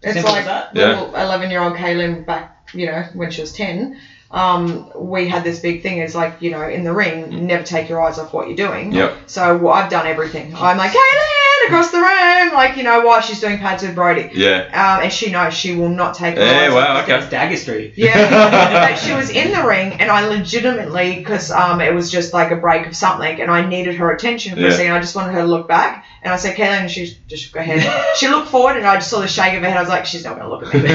It's Simple like as that. Yeah. little eleven-year-old Kaylin back, you know, when she was ten. Um, we had this big thing. It's like you know, in the Mm. ring, never take your eyes off what you're doing. Yep. So well, I've done everything. I'm like Kaylin across the room, like you know, while she's doing pads with Brody, Yeah. um, and she knows she will not take her Yeah, eyes off wow, Ah, okay. That's dagger street. Yeah, but she was in the ring, and I legitimately, because um, it was just like a break of something, and I needed her attention for Yeah. a second. I just wanted her to look back, and I said, "Kaylin," and she just shook her head. she looked forward, and I just saw the shake of her head. I was like, "She's not going to look at me."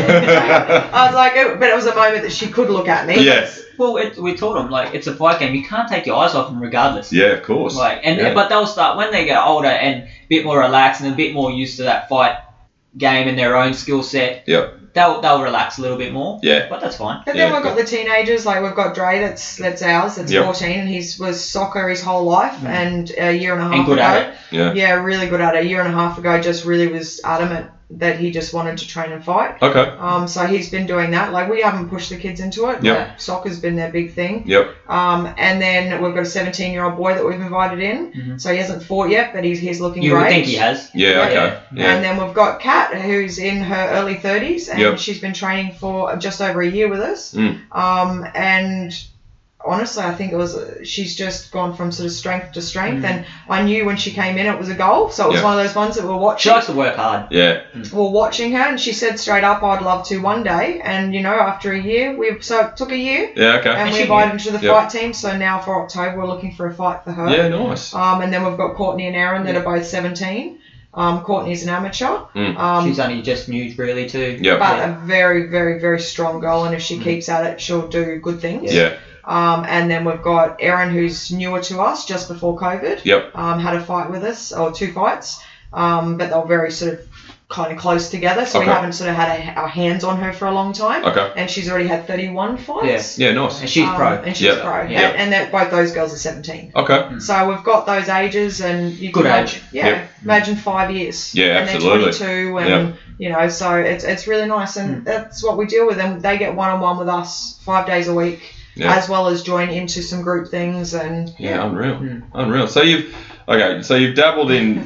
I was like, it, "But it was a moment that she could look at me." yes. Well, it, we taught them like it's a fight game. You can't take your eyes off them regardless. Yeah, of course. Like, and Yeah. but they'll start when they get older and a bit more relaxed and a bit more used to that fight game and their own skill set. Yep. They'll they'll relax a little bit more. Yeah. But that's fine. But Yeah, then we've got the teenagers, like we've got Dre, that's that's ours, that's Yep. 14, and he's was soccer his whole life, Mm. and a year and a half And good ago, at it. Yeah. yeah, really good at it. A year and a half ago, just really was adamant that he just wanted to train and fight. Okay. Um, so he's been doing that. Like we haven't pushed the kids into Yep. it. Yeah. Soccer's been their big thing. Yep. Um, and then we've got a 17 year old boy that we've invited in. Mhm. So he hasn't fought yet, but he's he's looking You great. would think he has. Yeah, Yeah. okay. Yeah. And then we've got Kat, who's in her early 30s, and Yep. she's been training for just over a year with us. Mm. Um, and honestly, I think it was she's just gone from sort of strength to strength. Mhm. And I knew when she came in, it was a goal. So it was Yeah. one of those ones that we're She watching likes to work hard. Yeah. were watching her and she said straight up i'd love to one day and you know after a year we so it took a year Yeah, okay. and And we she invited her to the Yeah. fight team so now for october we're looking for a fight for her Yeah, nice. um, and then we've got courtney and aaron that are both 17 um, courtney's an amateur Mm. um, She's only just new really too. Yep. but a very very very strong girl and if she Mm. keeps at it she'll do good things Yeah. um, and then we've got Erin, who's newer to us, just before COVID. Yep. Um, had a fight with us, or two fights, um, but they were very sort of kind of close together, so Okay. we haven't sort of had a, our hands on her for a long time. Okay. And she's already had 31 fights. Yeah, nice. And she's Um, pro. And she's Yeah. pro. Yeah. And, and that both those girls are 17. Okay. So we've got those ages, and you Good can age. imagine- Yeah, Yep. imagine five years. Yeah, and absolutely. They're 22, and you know, so it's it's really nice, and that's what we deal with. And they get one on one with us five days a week, Yeah. as well as join into some group things and Yeah, unreal. Hmm. Mm. Unreal. So you've okay, so you've dabbled in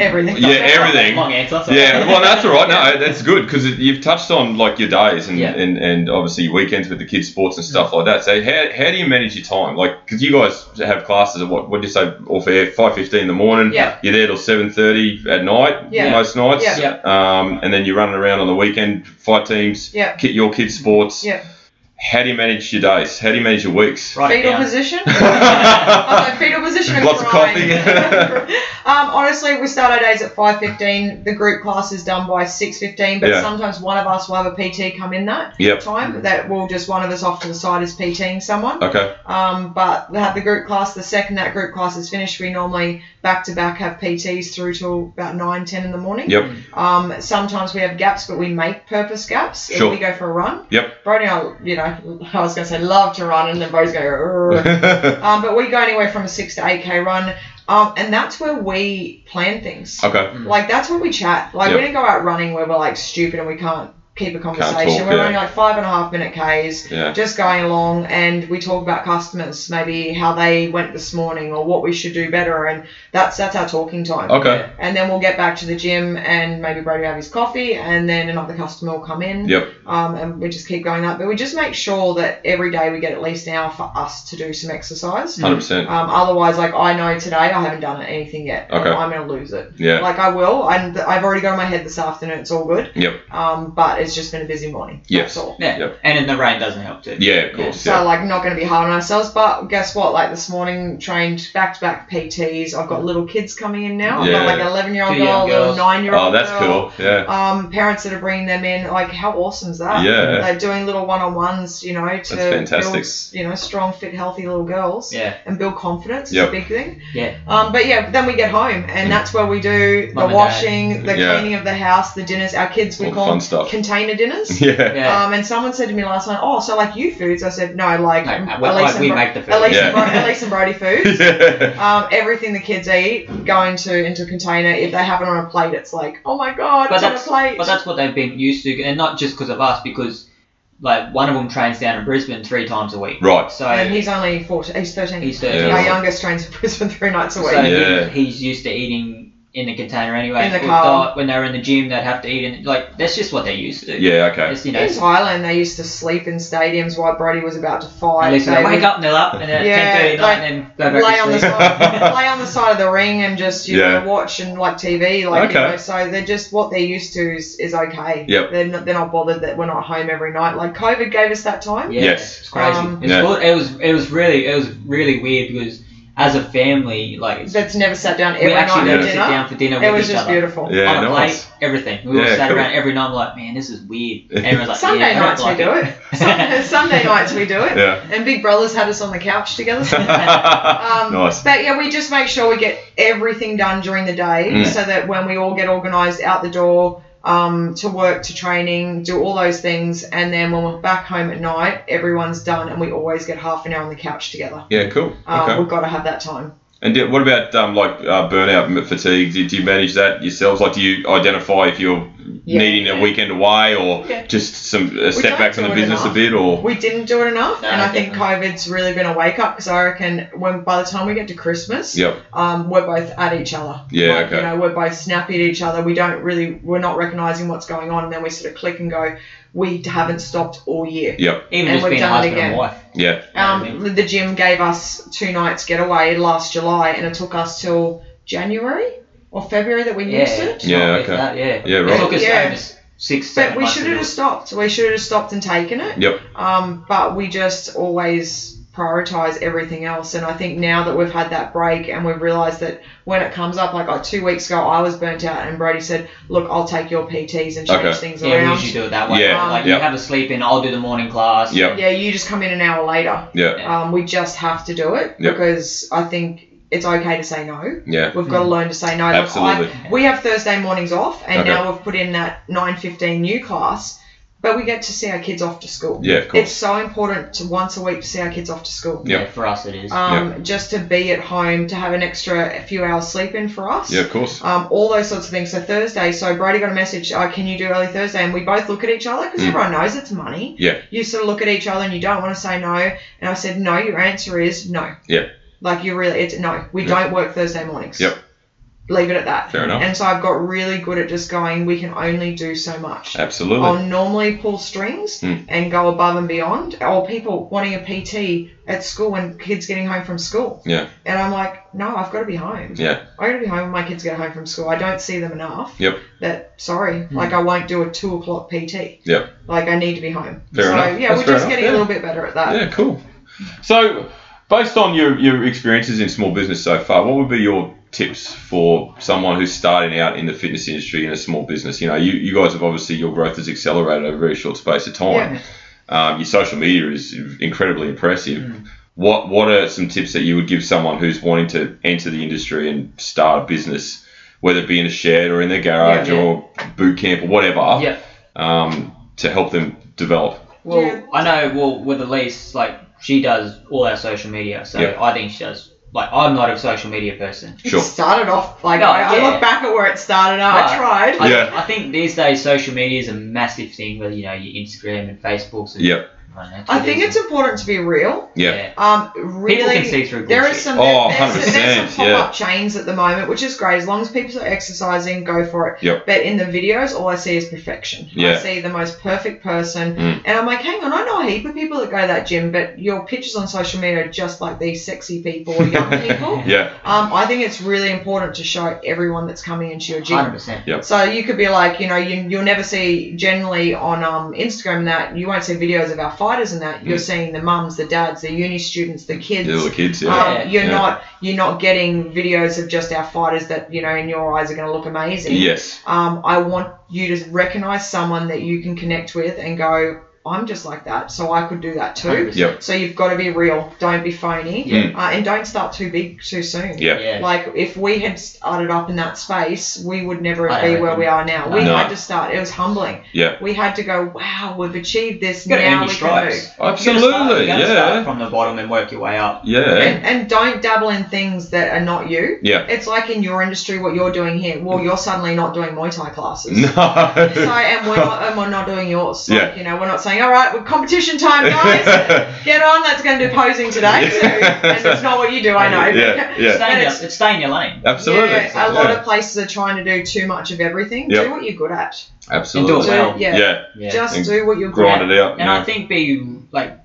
Everything. Yeah, That's not a everything. Long answer. that's all Yeah, right. well, that's all right. No, that's good because you've touched on like your days and, Yeah. and, and obviously weekends with the kids' sports and Hmm. stuff like that. So how, how do you manage your time? Like, because you guys have classes at what? What do you say? Off air, five fifteen in the morning. Yeah. You're there till seven thirty at night. Yeah. Most nights. Yeah. Um, and then you're running around on the weekend, fight teams. Yeah. Kit your kids' sports. Yeah. How do you manage your days? How do you manage your weeks? Write it fetal down. position. yeah. Although fetal position and Lots of crying. coffee. um, honestly, we start our days at five fifteen. The group class is done by six fifteen, but Yeah. sometimes one of us will have a PT come in that Yep. Mm-hmm. time. That will just one of us off to the side is PTing someone. Okay. Um, but we have the group class. The second that group class is finished, we normally back to back have PTs through till about nine ten in the morning. Yep. Um, sometimes we have gaps, but we make purpose gaps Sure. if we go for a run. Yep. Brody, and I, you know, I was going to say love to run, and then Brody's going, "Urgh." um, but we go anywhere from a six to eight k run, um, and that's where we plan things. okay. Like that's where we chat. Like Uh, Yep. we didn't go out running where we're like stupid and we can't keep a conversation. talk, we're yeah. running like five and a half minute k's, Yeah. just going along, and we talk about customers, maybe how they went this morning or what we should do better, and that's that's our talking time Okay. and then we'll get back to the gym and maybe Brody will have his coffee and then another customer will come in. Yep. Um, and we just keep going up. But we just make sure that every day we get at least an hour for us to do some exercise. Hundred percent. Um, otherwise, like I know today I haven't done anything yet. and Okay. I'm going to lose it. Yeah. Like I will. And I've already got in my head this afternoon. It's all good. Yep. Um, but it's just been a busy morning. Yes. That's all. Yeah. Yep. And then the rain doesn't help too. Yeah, of course. So Yeah. like not going to be hard on ourselves, but guess what? Like this morning, trained back to back PTs. I've got little kids coming in now. I've Yeah. got like an eleven year old Two young girl, a little girls. nine year old. Oh, that's cool. Yeah. Um, parents that are bringing them in, like how awesome is that? Yeah. They're doing little one on ones, you know, to fantastic. build, you know, strong, fit, healthy little girls. Yeah. And build confidence is Yep. Mm. a big thing. Yeah. Um, but yeah, then we get home, and that's where we do the Mum and Dad. washing, the Yeah. cleaning of the house, the dinners. Our kids, we All the call fun them stuff. container dinners. Yeah. Yeah. Um, and someone said to me last night, "Oh, so like you foods?" I said, "No, like No, um, we- Elise like and we Bro- make the food. Elise, Yeah. and Bro- Elise and Brody food. Yeah. Um, everything the kids eat go into into a container. If they have it on a plate, it's like, oh my god, But it's on a that's- plate. But that's what they've been used to, and not just because of us, because like one of them trains down in Brisbane three times a week. Right. So and he's only fourteen. He's thirteen. he's Yeah. thirteen. Our youngest trains in Brisbane three nights a So week. Yeah. he, he's used to eating in the container anyway. In the Or car. they'll- When they're in the gym, they'd have to eat in like that's just what they're used to. Yeah. Okay. It's, you know, In Thailand, they used to sleep in stadiums while Brody was about to fight. at least They they wake would up, and they're up, and then Yeah, ten thirty like, night, and then go back lay to on the sleep. side, lay on the side of the ring and just you Yeah. know watch and like TV, like you Okay. know. So they're just what they're used to is, is okay. Yep. They're not, they're not bothered that we're not home every night. Like COVID gave us that time. Yeah, Yes. it's crazy. Um, it's Yeah. good. It was it was really it was really weird because as a family, like it's- That's never sat down every we actually night never at never sit dinner. down for dinner. It with was each just other. beautiful. Yeah. on a Nice. plate, everything. We all Yeah, sat cool. around every night, like, man, this is weird. Everyone's like, Sunday yeah, nights we do it. Sun- Sunday nights we do it. Yeah. And Big Brothers had us on the couch together. Um, Nice. But yeah, we just make sure we get everything done during the day Mm. so that when we all get organised out the door um, to work, to training, do all those things, and then when we're back home at night, everyone's done and we always get half an hour on the couch together. Yeah. Cool. Um, Okay. We've got to have that time. And do, what about um, like uh, burnout, and fatigue? Do, do you manage that yourselves? Like, do you identify if you're Yeah. needing a weekend away, or Yeah. just some a don't step back from do the it business a enough. bit, or We didn't do it enough, No, and I think definitely. COVID's really been a wake up because I reckon when by the time we get to Christmas, yep, um, we're both at each other. Yeah, Like, okay. You know, we're both snappy at each other. We don't really, we're not recognizing what's going on, and then we sort of click and go, we haven't stopped all year. yep, Even And just we've being a done it husband again. and wife. yeah, Um, the gym gave us two nights getaway last July, and it took us till January or February that we Yeah, used it. it's Yeah, not- it's okay. that- yeah. Yeah, It right. took us Yeah. almost six, But seven we months should to do have it. just stopped. We should have stopped and taken it. yep, Um, but we just always prioritize everything else. And I think now that we've had that break and we've realized that when it comes up, like, like two weeks ago, I was burnt out, and Brady said, "Look, I'll take your PTs and change Okay. things Yeah, we around." usually do it that way. Yeah, like yeah. you have a sleep in, I'll do the morning class. Yep. yeah, you just come in an hour later. yeah, Um, we just have to do it Yep. because I think it's okay to say no. yeah, We've got to learn to say no. Like, I- absolutely, we have Thursday mornings off, and Okay. now we've put in that 9:15 new class, but we get to see our kids off to school. yeah, of It's course, so important to once a week to see our kids off to school. Yep. Yeah, for us it is. Um, Just to be at home, to have an extra few hours sleep in for us. yeah, of course, Um, all those sorts of things. So Thursday, so Brady got a message, oh, can you do early Thursday? And we both look at each other because Mm. everyone knows it's money. Yeah. You sort of look at each other and you don't want to say no. And I said, no, your answer is no. Yeah. Like you really, it's no, we Yeah. don't work Thursday mornings. Yep. Leave it at that. fair enough, And so I've got really good at just going, we can only do so much. absolutely, I'll normally pull strings Mm. and go above and beyond, or people wanting a PT at school and kids getting home from school. Yeah. And I'm like, no, I've got to be home. yeah, I got to be home when my kids get home from school. I don't see them enough. Yep. That sorry, Hmm. like I won't do a two o'clock PT. Yep. Like I need to be home. Fair so enough. yeah, That's we're fair just enough, getting yeah. a little bit better at that. yeah, cool. So, based on your your experiences in small business so far, what would be your tips for someone who's starting out in the fitness industry in a small business? You know, you, you guys have obviously your growth has accelerated over a very short space of time. Yeah. Um, your social media is incredibly impressive. Mm. What What are some tips that you would give someone who's wanting to enter the industry and start a business, whether it be in a shed or in their garage Yeah, yeah. or boot camp or whatever, yeah. um, to help them develop? Well, Yeah. I know. Well, with Elise, like she does all our social media, so Yeah. I think she does. Like I'm not a social media person. Sure. It started off like No, I, I yeah. look back at where it started. and I But- tried. I, Yeah. I think these days social media is a massive thing. With you know your Instagram and Facebooks and Yep. I, don't know, I think it's important to be real. Yeah. Um, People really, can see through good There are shit. some Oh, there's, there's some- there's 100%, some yeah. pop-up chains at the moment, which is great. As long as people are exercising, go for it. Yep. But in the videos, all I see is perfection. I Yeah. see the most perfect person, Mm. and I'm like, hang on, I know a heap of people that go to that gym, but your pictures on social media are just like these sexy people or young people. Yeah. Um, I think it's really important to show everyone that's coming into your gym. 100%. So you could be like, you know, you, you'll never see generally on um, Instagram that you won't see videos of our fighters and that. You're Mm. seeing the mums, the dads, the uni students, the kids. Yeah, little kids. Yeah. Yeah. Um, you're Yeah. not you're not getting videos of just our fighters that you know in your eyes are going to look amazing. yes. Um, I want you to recognize someone that you can connect with and go, I'm just like that, so I could do that too. 100%. Yep. So you've got to be real. Don't be phony. Yeah. Uh, and don't start too big too soon. Yeah. Yeah. Like if we had started up in that space, we would never I be reckon. where we are now. We No. had to start. It was humbling. Yeah. We had to go. Wow, we've achieved this. You gotta now earn your we can stripes. move. You gotta start- Absolutely. you gotta Start Yeah. from the bottom and work your way up. Yeah. And, and don't dabble in things that are not you. Yeah. It's like in your industry, what you're doing here. Well, you're suddenly not doing Muay Thai classes. So, No. and we're not, and we're not doing yours. Like, Yeah. You know, we're not saying, all right, we're competition time, guys. Get on. That's going to do posing today. So, Yeah. and it's not what you do, I know. Yeah. Yeah. Stay in your, And it's- it's stay in your lane. Absolutely. Yeah, a lot Yeah. of places are trying to do too much of everything. Yep. Do what you're good at. Absolutely. And do it well. Do- Yeah. yeah, Yeah. Just And do what you're good at. Grind it out. and yeah. I think be like,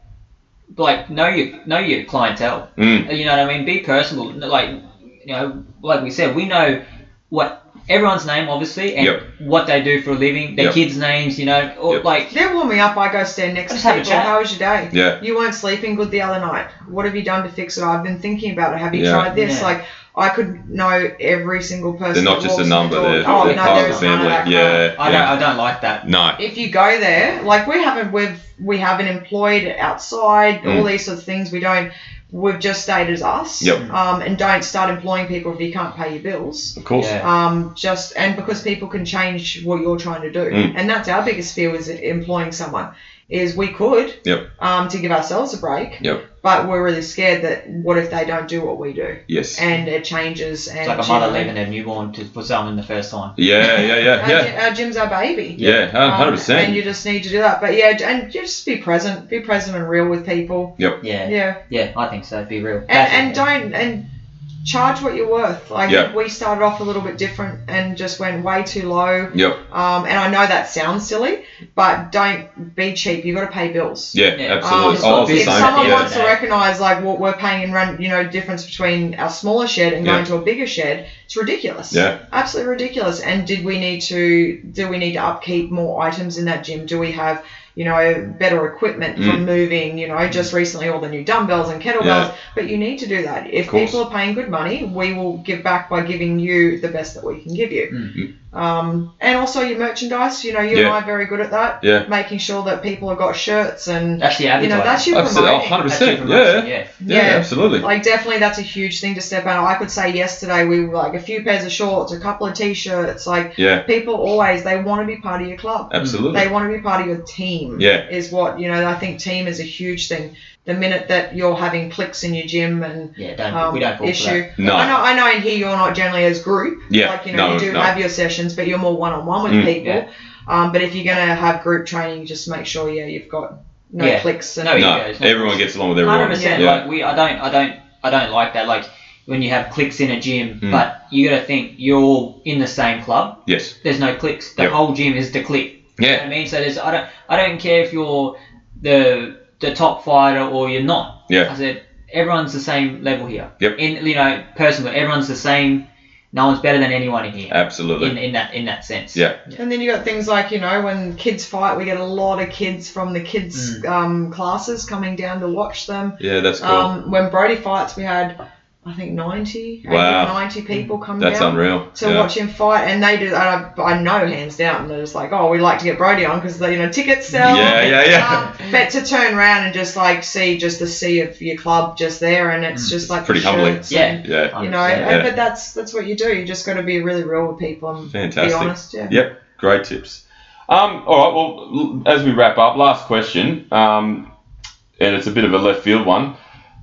like know your know your clientele. Mm. You know what I mean? Be personable. Like you know, like we said, we know what everyone's name obviously and Yep. what they do for a living, their Yep. kids' names. You know, or Yep. like They're warming up. I go stand next Just to have a people. chat. How was your day? Yeah. You weren't sleeping good the other night. What have you done to fix it? I've been thinking about it. Have you Yeah. tried this? Yeah. Like, I could know every single They're person. not that just a walks in number. the door. They're, Oh, they're no, part there of the is none family. of that crap. yeah. I yeah. don't I don't like that. no. If you go there, like we haven't, we've we haven't employed outside Mm. all these sort of things. We don't. We've just stayed as us. Yep. Um, and don't start employing people if you can't pay your bills. Of course. Yeah. um, just and because people can change what you're trying to do, Mm. and that's our biggest fear is employing someone. Is we could Yep. um, to give ourselves a break, Yep. but we're really scared that what if they don't do what we do Yes. and it changes and It's like a mother you know, leaving their newborn to for someone the first time. Yeah. Yeah. Yeah. Our, Yeah. gy- our gym's our baby. Yeah. Um, Hundred And you percent. just need to do that, but yeah, and just be present, be present and real with people. Yeah, yeah, Yeah. I think so. Be real. That's and, and it. don't and charge what you're worth. Like Yeah. we started off a little bit different and just went way too low. Yep. Um, and I know that sounds silly, but don't be cheap. You've got to pay bills. Yeah. Yeah. Um, Absolutely. it's Oh, not the same. if business. someone Yeah. wants to recognise like what we're paying in rent, you know, difference between our smaller shed and going Yeah. to a bigger shed, it's ridiculous. Yeah. Absolutely ridiculous. And did we need to do we need to upkeep more items in that gym? Do we have you know better equipment for Mm. moving? You know, just recently all the new dumbbells and kettlebells. Yeah. But you need to do that. If Of course. people are paying good money, we will give back by giving you the best that we can give you. Um, and also your merchandise. You know, you and Mm. Yeah. I are very good at that. Yeah. Making sure that people have got shirts and That's the you advertising. know that's your Absolutely. Oh, promoting. hundred That's your percent. promotion, Yeah. yeah. Yeah. Yeah. Absolutely. Like definitely, that's a huge thing to step out. I could say yesterday we were like a few pairs of shorts, a couple of t-shirts. Like Yeah. people always they want to be part of your club. Absolutely. They want to be part of your team. Yeah. Is what you know. I think team is a huge thing. The minute that you're having cliques in your gym and Yeah, don't um, we don't fall for that. issue. No. I know. I know. In here, you're not generally as group. Yeah. Like you know, no. you do no. have your sessions, but you're more one on one with Mm. people. Yeah. Um, but if you're gonna have group training, just make sure yeah you've got no Yeah. cliques and No, you no. Yeah, it's not- Everyone gets along with Hundred everyone. percent. Yeah. Like we, I don't, I don't, I don't like that. Like when you have clicks in a gym, Mm. but you got to think you're all in the same club. Yes. There's no clicks. The Yep. whole gym is the click. You know Yeah. what I mean, so there's, I don't, I don't care if you're the the top fighter or you're not. Yeah. I said everyone's the same level here. Yep. In you know, personally, everyone's the same. No one's better than anyone in here. Absolutely. In, in that in that sense. Yeah. And then you got things like you know when kids fight, we get a lot of kids from the kids um, classes coming down to watch them. Yeah. That's Mm. cool. Um, when Brody fights, we had I think 90, 80, Wow. 90 people come That's down unreal. to Yeah. watch him fight, and they do. And I, I know hands down, they're just like, oh, we like to get Brody on because you know tickets sell. Yeah. Yeah. Yeah. Um, but to turn around and just like see just the sea of your club just there, and it's Mm. just like pretty the humbling. shirts Yeah. and, Yeah. You know, 100%. Yeah. but that's that's what you do. You just got to be really real with people and be Fantastic. honest. Yeah. Yep, great tips. Um, all right, well, l- as we wrap up, last question, um, and it's a bit of a left field one.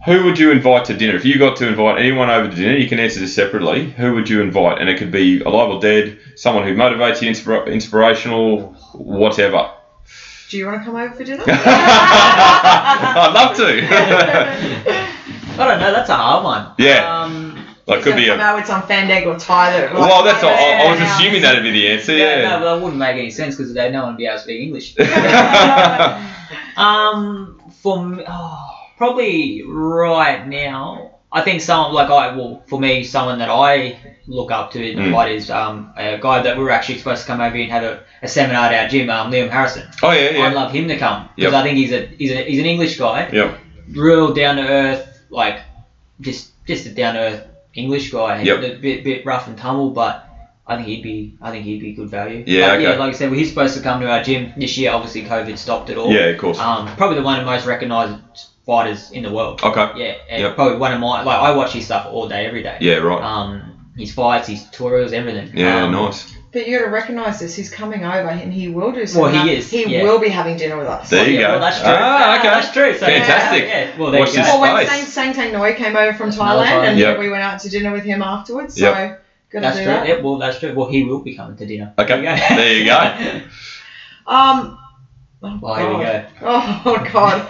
Who would you invite to dinner? If you got to invite anyone over to dinner, you can answer this separately. Who would you invite? And it could be alive or dead, someone who motivates you, inspira- inspirational, whatever. Do you want to come over for dinner? I'd love to. I don't know. That's a hard one. Yeah. Um, that could be a. No, it's on Fandag or Tyler. Well, that's all. I, I was assuming that'd be the answer. yeah. No, Yeah. but that wouldn't make any sense because they no one would be able to speak English. Um, for me, oh, probably right now, I think someone like I well for me someone that I look up to in the Mm. fight is um a guy that we were actually supposed to come over here and have a, a seminar at our gym, um Liam Harrison. oh yeah, yeah. I'd love him to come because Yep. I think he's a he's a, he's an English guy, Yep. real down to earth, like just just a down to earth English guy, Yep. a bit bit rough and tumble, but. I think he'd be, I think he'd be good value. Yeah, Like, yeah. okay. Like I said, well, he's supposed to come to our gym this year. Obviously, COVID stopped it all. Yeah, of course. Um, probably the one of the most recognised fighters in the world. Okay. Yeah, and Yep. probably one of my like I watch his stuff all day, every day. Yeah, right. Um, his fights, his tutorials, everything. Yeah, um, nice. But you got to recognise this. He's coming over, and he will do. Well, he seminar. is, He yeah. will be having dinner with us. There you yeah, go. Well, that's true. Ah, okay. That's true. So, Fantastic. Yeah, yeah. Well, there Watch you go. this. Well, when Sang, Nice. Sang Tang Noi came over from Another Thailand, and Yep. we went out to dinner with him afterwards. So, Yep. got to That's do true. that. Yeah, well, that's true. Well, he will be coming to dinner. Okay. There you go. Um, oh, well, here we God. go. Oh, God.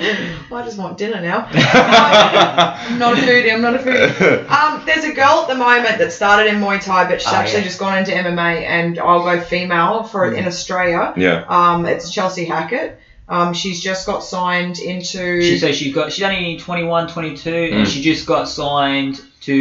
I just want dinner now. I'm not a foodie. I'm not a foodie. Um, there's a girl at the moment that started in Muay Thai, but she's Oh, actually yeah. just gone into MMA, and I'll go female for in Australia. yeah. Um, it's Chelsea Hackett. Um, she's just got signed into. She, so she's got she's only 21, 22, and Mm. she just got signed to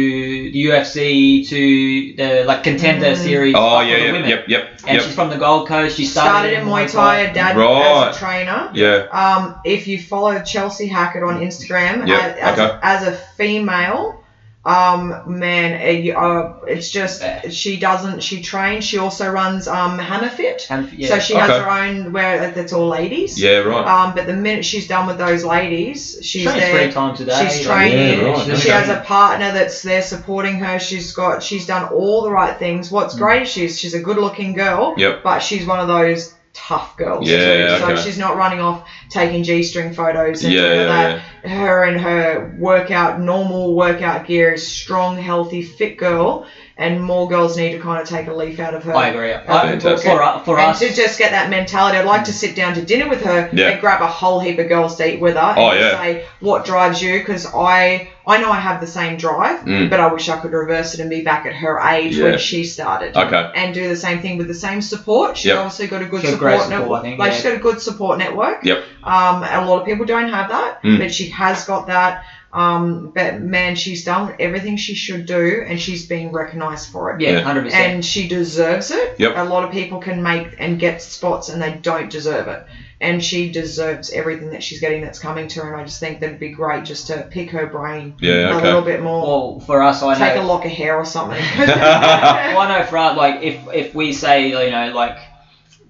the UFC to the like contender Mm. series. Oh for yeah, the yeah, women. yep, yep, And yep. she's from the Gold Coast. She started, started in Muay Thai. Her dad Right. as a trainer. Yeah. Um, if you follow Chelsea Hackett on Instagram Yeah, as, as, okay. as a female, um, man, uh, you- uh, it's just she doesn't. She trains. She also runs um, Hammer Fit. And, yeah. So she Okay. has her own where that's all ladies. Yeah, right. Um, but the minute she's done with those ladies, she's trains there. three times a day. She's like, training. Yeah, right, She has a partner that's there supporting her. She's got. She's done all the right things. What's great is she's she's a good-looking girl. Mm. Yep. But she's one of those tough girls. Yeah, too. So okay. she's not running off taking g-string photos and Yeah, things like yeah, that. Her and her workout, normal workout gear is strong, healthy, fit girl. And more girls need to kind of take a leaf out of her. I agree. I, Fantastic. for uh, for And us, to just get that mentality, I'd like to sit down to dinner with her Yeah. and grab a whole heap of girls to eat with her Oh, and yeah. say what drives you because I I know I have the same drive, Mm. but I wish I could reverse it and be back at her age Yeah. when she started. Okay. And do the same thing with the same support. She's Yep. obviously got a good She's got support, great support, network. I think, like yeah. she's got a good support network. Yep. Um, a lot of people don't have that, Mm. but she has got that. Um, but man, she's done everything she should do, and she's being recognised for it yeah, Yeah. hundred percent. and she deserves it. Yep. A lot of people can make and get spots and they don't deserve it. And she deserves everything that she's getting that's coming to her. And I just think that it'd be great just to pick her brain Yeah, a okay. little bit more. Well, for us, Oh, I Take a know. lock of hair or something. well, I know for us, like if if we say you know like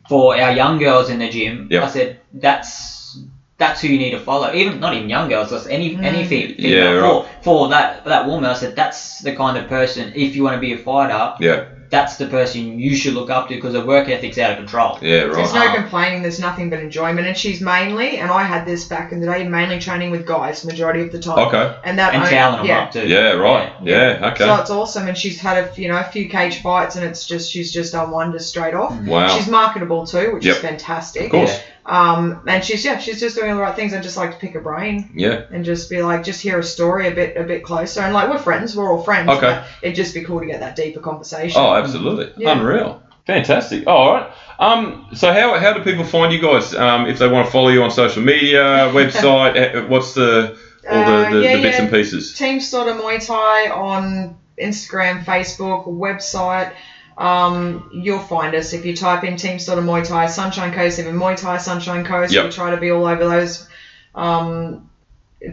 for our young girls in the gym, Yep. I said that's that's who you need to follow. Even not even young girls, just any Mm. anything. Yeah, for, for that that woman, I said that's the kind of person. If you want to be a fighter, Yeah. that's the person you should look up to because the work ethic's out of control. Yeah, There's right. no complaining. There's nothing but enjoyment. And she's mainly, and I had this back in the day, mainly training with guys majority of the time. Okay. And that And own- toweling them yeah. up too. Yeah, right. Yeah, So okay. it's awesome, and she's had a you know a few cage fights, and it's just she's just done wonders straight off. Wow. She's marketable too, which Yep. is fantastic. Of course. Um, and she's yeah, she's just doing all the right things. I just like to pick her brain Yeah. and just be like, just hear a story a bit, a bit closer. And like we're friends, we're all friends. Okay. but It'd just be cool to get that deeper conversation. Oh, absolutely. Yeah. Unreal. Fantastic. all right. Um, so how, how do people find you guys? Um, if they want to follow you on social media, website, eh, what's the all the, Uh, the, yeah, the bits yeah. and pieces? Team Slaughter Muay Thai on Instagram, Facebook, website. Um, you'll find us if you type in Team Slaughter Muay Thai, Sunshine Coast, even Muay Thai, Sunshine Coast. Yep. We try to be all over those. Um,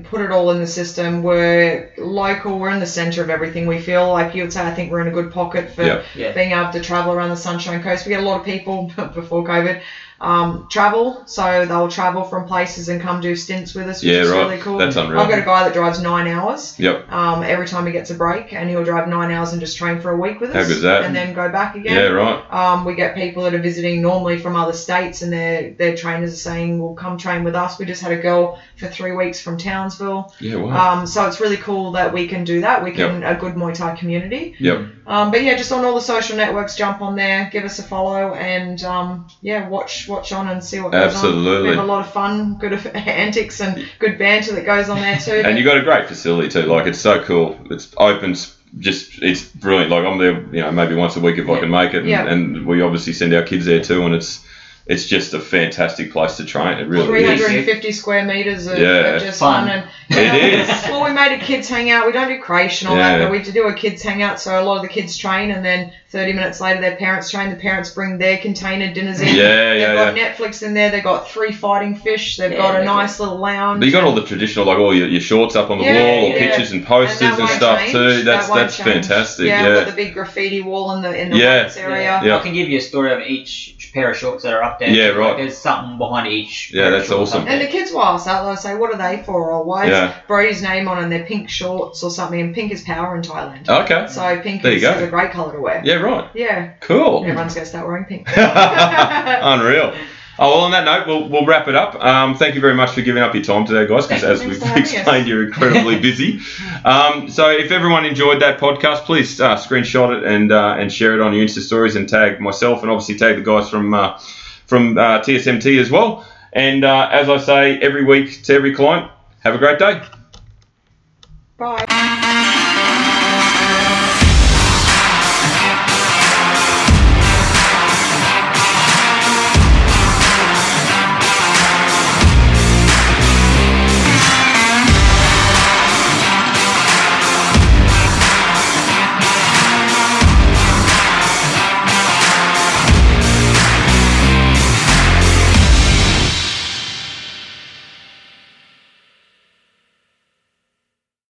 put it all in the system. We're local. We're in the centre of everything. We feel like you'd say. I think we're in a good pocket for Yep. Yeah. being able to travel around the Sunshine Coast. We get a lot of people before COVID um, travel, so they'll travel from places and come do stints with us, which Yeah, is right. really cool. That's unreal. I've got a guy that drives nine hours Yep. um, every time he gets a break, and he'll drive nine hours and just train for a week with us, How good's that? and then go back Yeah, again. right. Um, we get people that are visiting normally from other states, and their their trainers are saying, "Well, come train with us." We just had a girl for three weeks from Townsville, Yeah, wow. um, so it's really cool that we can do that. We can a good Muay Thai community. Yep. Um, but yeah, just on all the social networks, jump on there, give us a follow, and um, yeah, watch watch on and see what goes on. We Absolutely. have a lot of fun, good antics and good banter that goes on there too. And you got a great facility too. Like it's so cool. It's open. s- Just it's brilliant. Like I'm there, you know, maybe once a week if I Yeah. can make it. And, Yeah. and we obviously send our kids there too. And it's it's just a fantastic place to train. It really is. 350 square meters of, Yeah. of just Fun. fun. and It is. Well, we made a kids hangout. We don't do creation all that, Yeah. but we do a kids hangout. So a lot of the kids train, and then 30 minutes later, their parents train. The parents bring their container dinners in. Yeah, They've yeah, got yeah. Netflix in there. They've got three fighting fish. They've Yeah, got a they've got- nice little lounge. But you got all the traditional, like all your, your shorts up on the Yeah, wall, or yeah. pictures and posters that and, won't stuff change. too. That's That won't that's change. fantastic. Yeah, Yeah. I've got the big graffiti wall in the in the Yeah. lights area. Yeah. I can give you a story of each pair of shorts that are up there. Yeah, right. Like, there's something behind each. Yeah, pair of that's shorts awesome. up there. And the kids will ask that. They'll say, "What are they for?" Or why Yeah. is Brody's name on and they're pink shorts or something? And pink is power in Thailand. Okay. So pink Oh, There you is, go. is a great colour to wear. Yeah. Right. Yeah. Cool. Everyone's going to start wearing pink. Unreal. Oh, well, on that note, we'll, we'll wrap it up. Um, thank you very much for giving up your time today, guys, because Thank you. as we've Thanks for having us. explained, you're incredibly busy. Um, so if everyone enjoyed that podcast, please uh, screenshot it and uh, and share it on your Insta stories and tag myself and obviously tag the guys from uh, from uh, TSMT as well. And uh, as I say every week to every client, have a great day. Bye.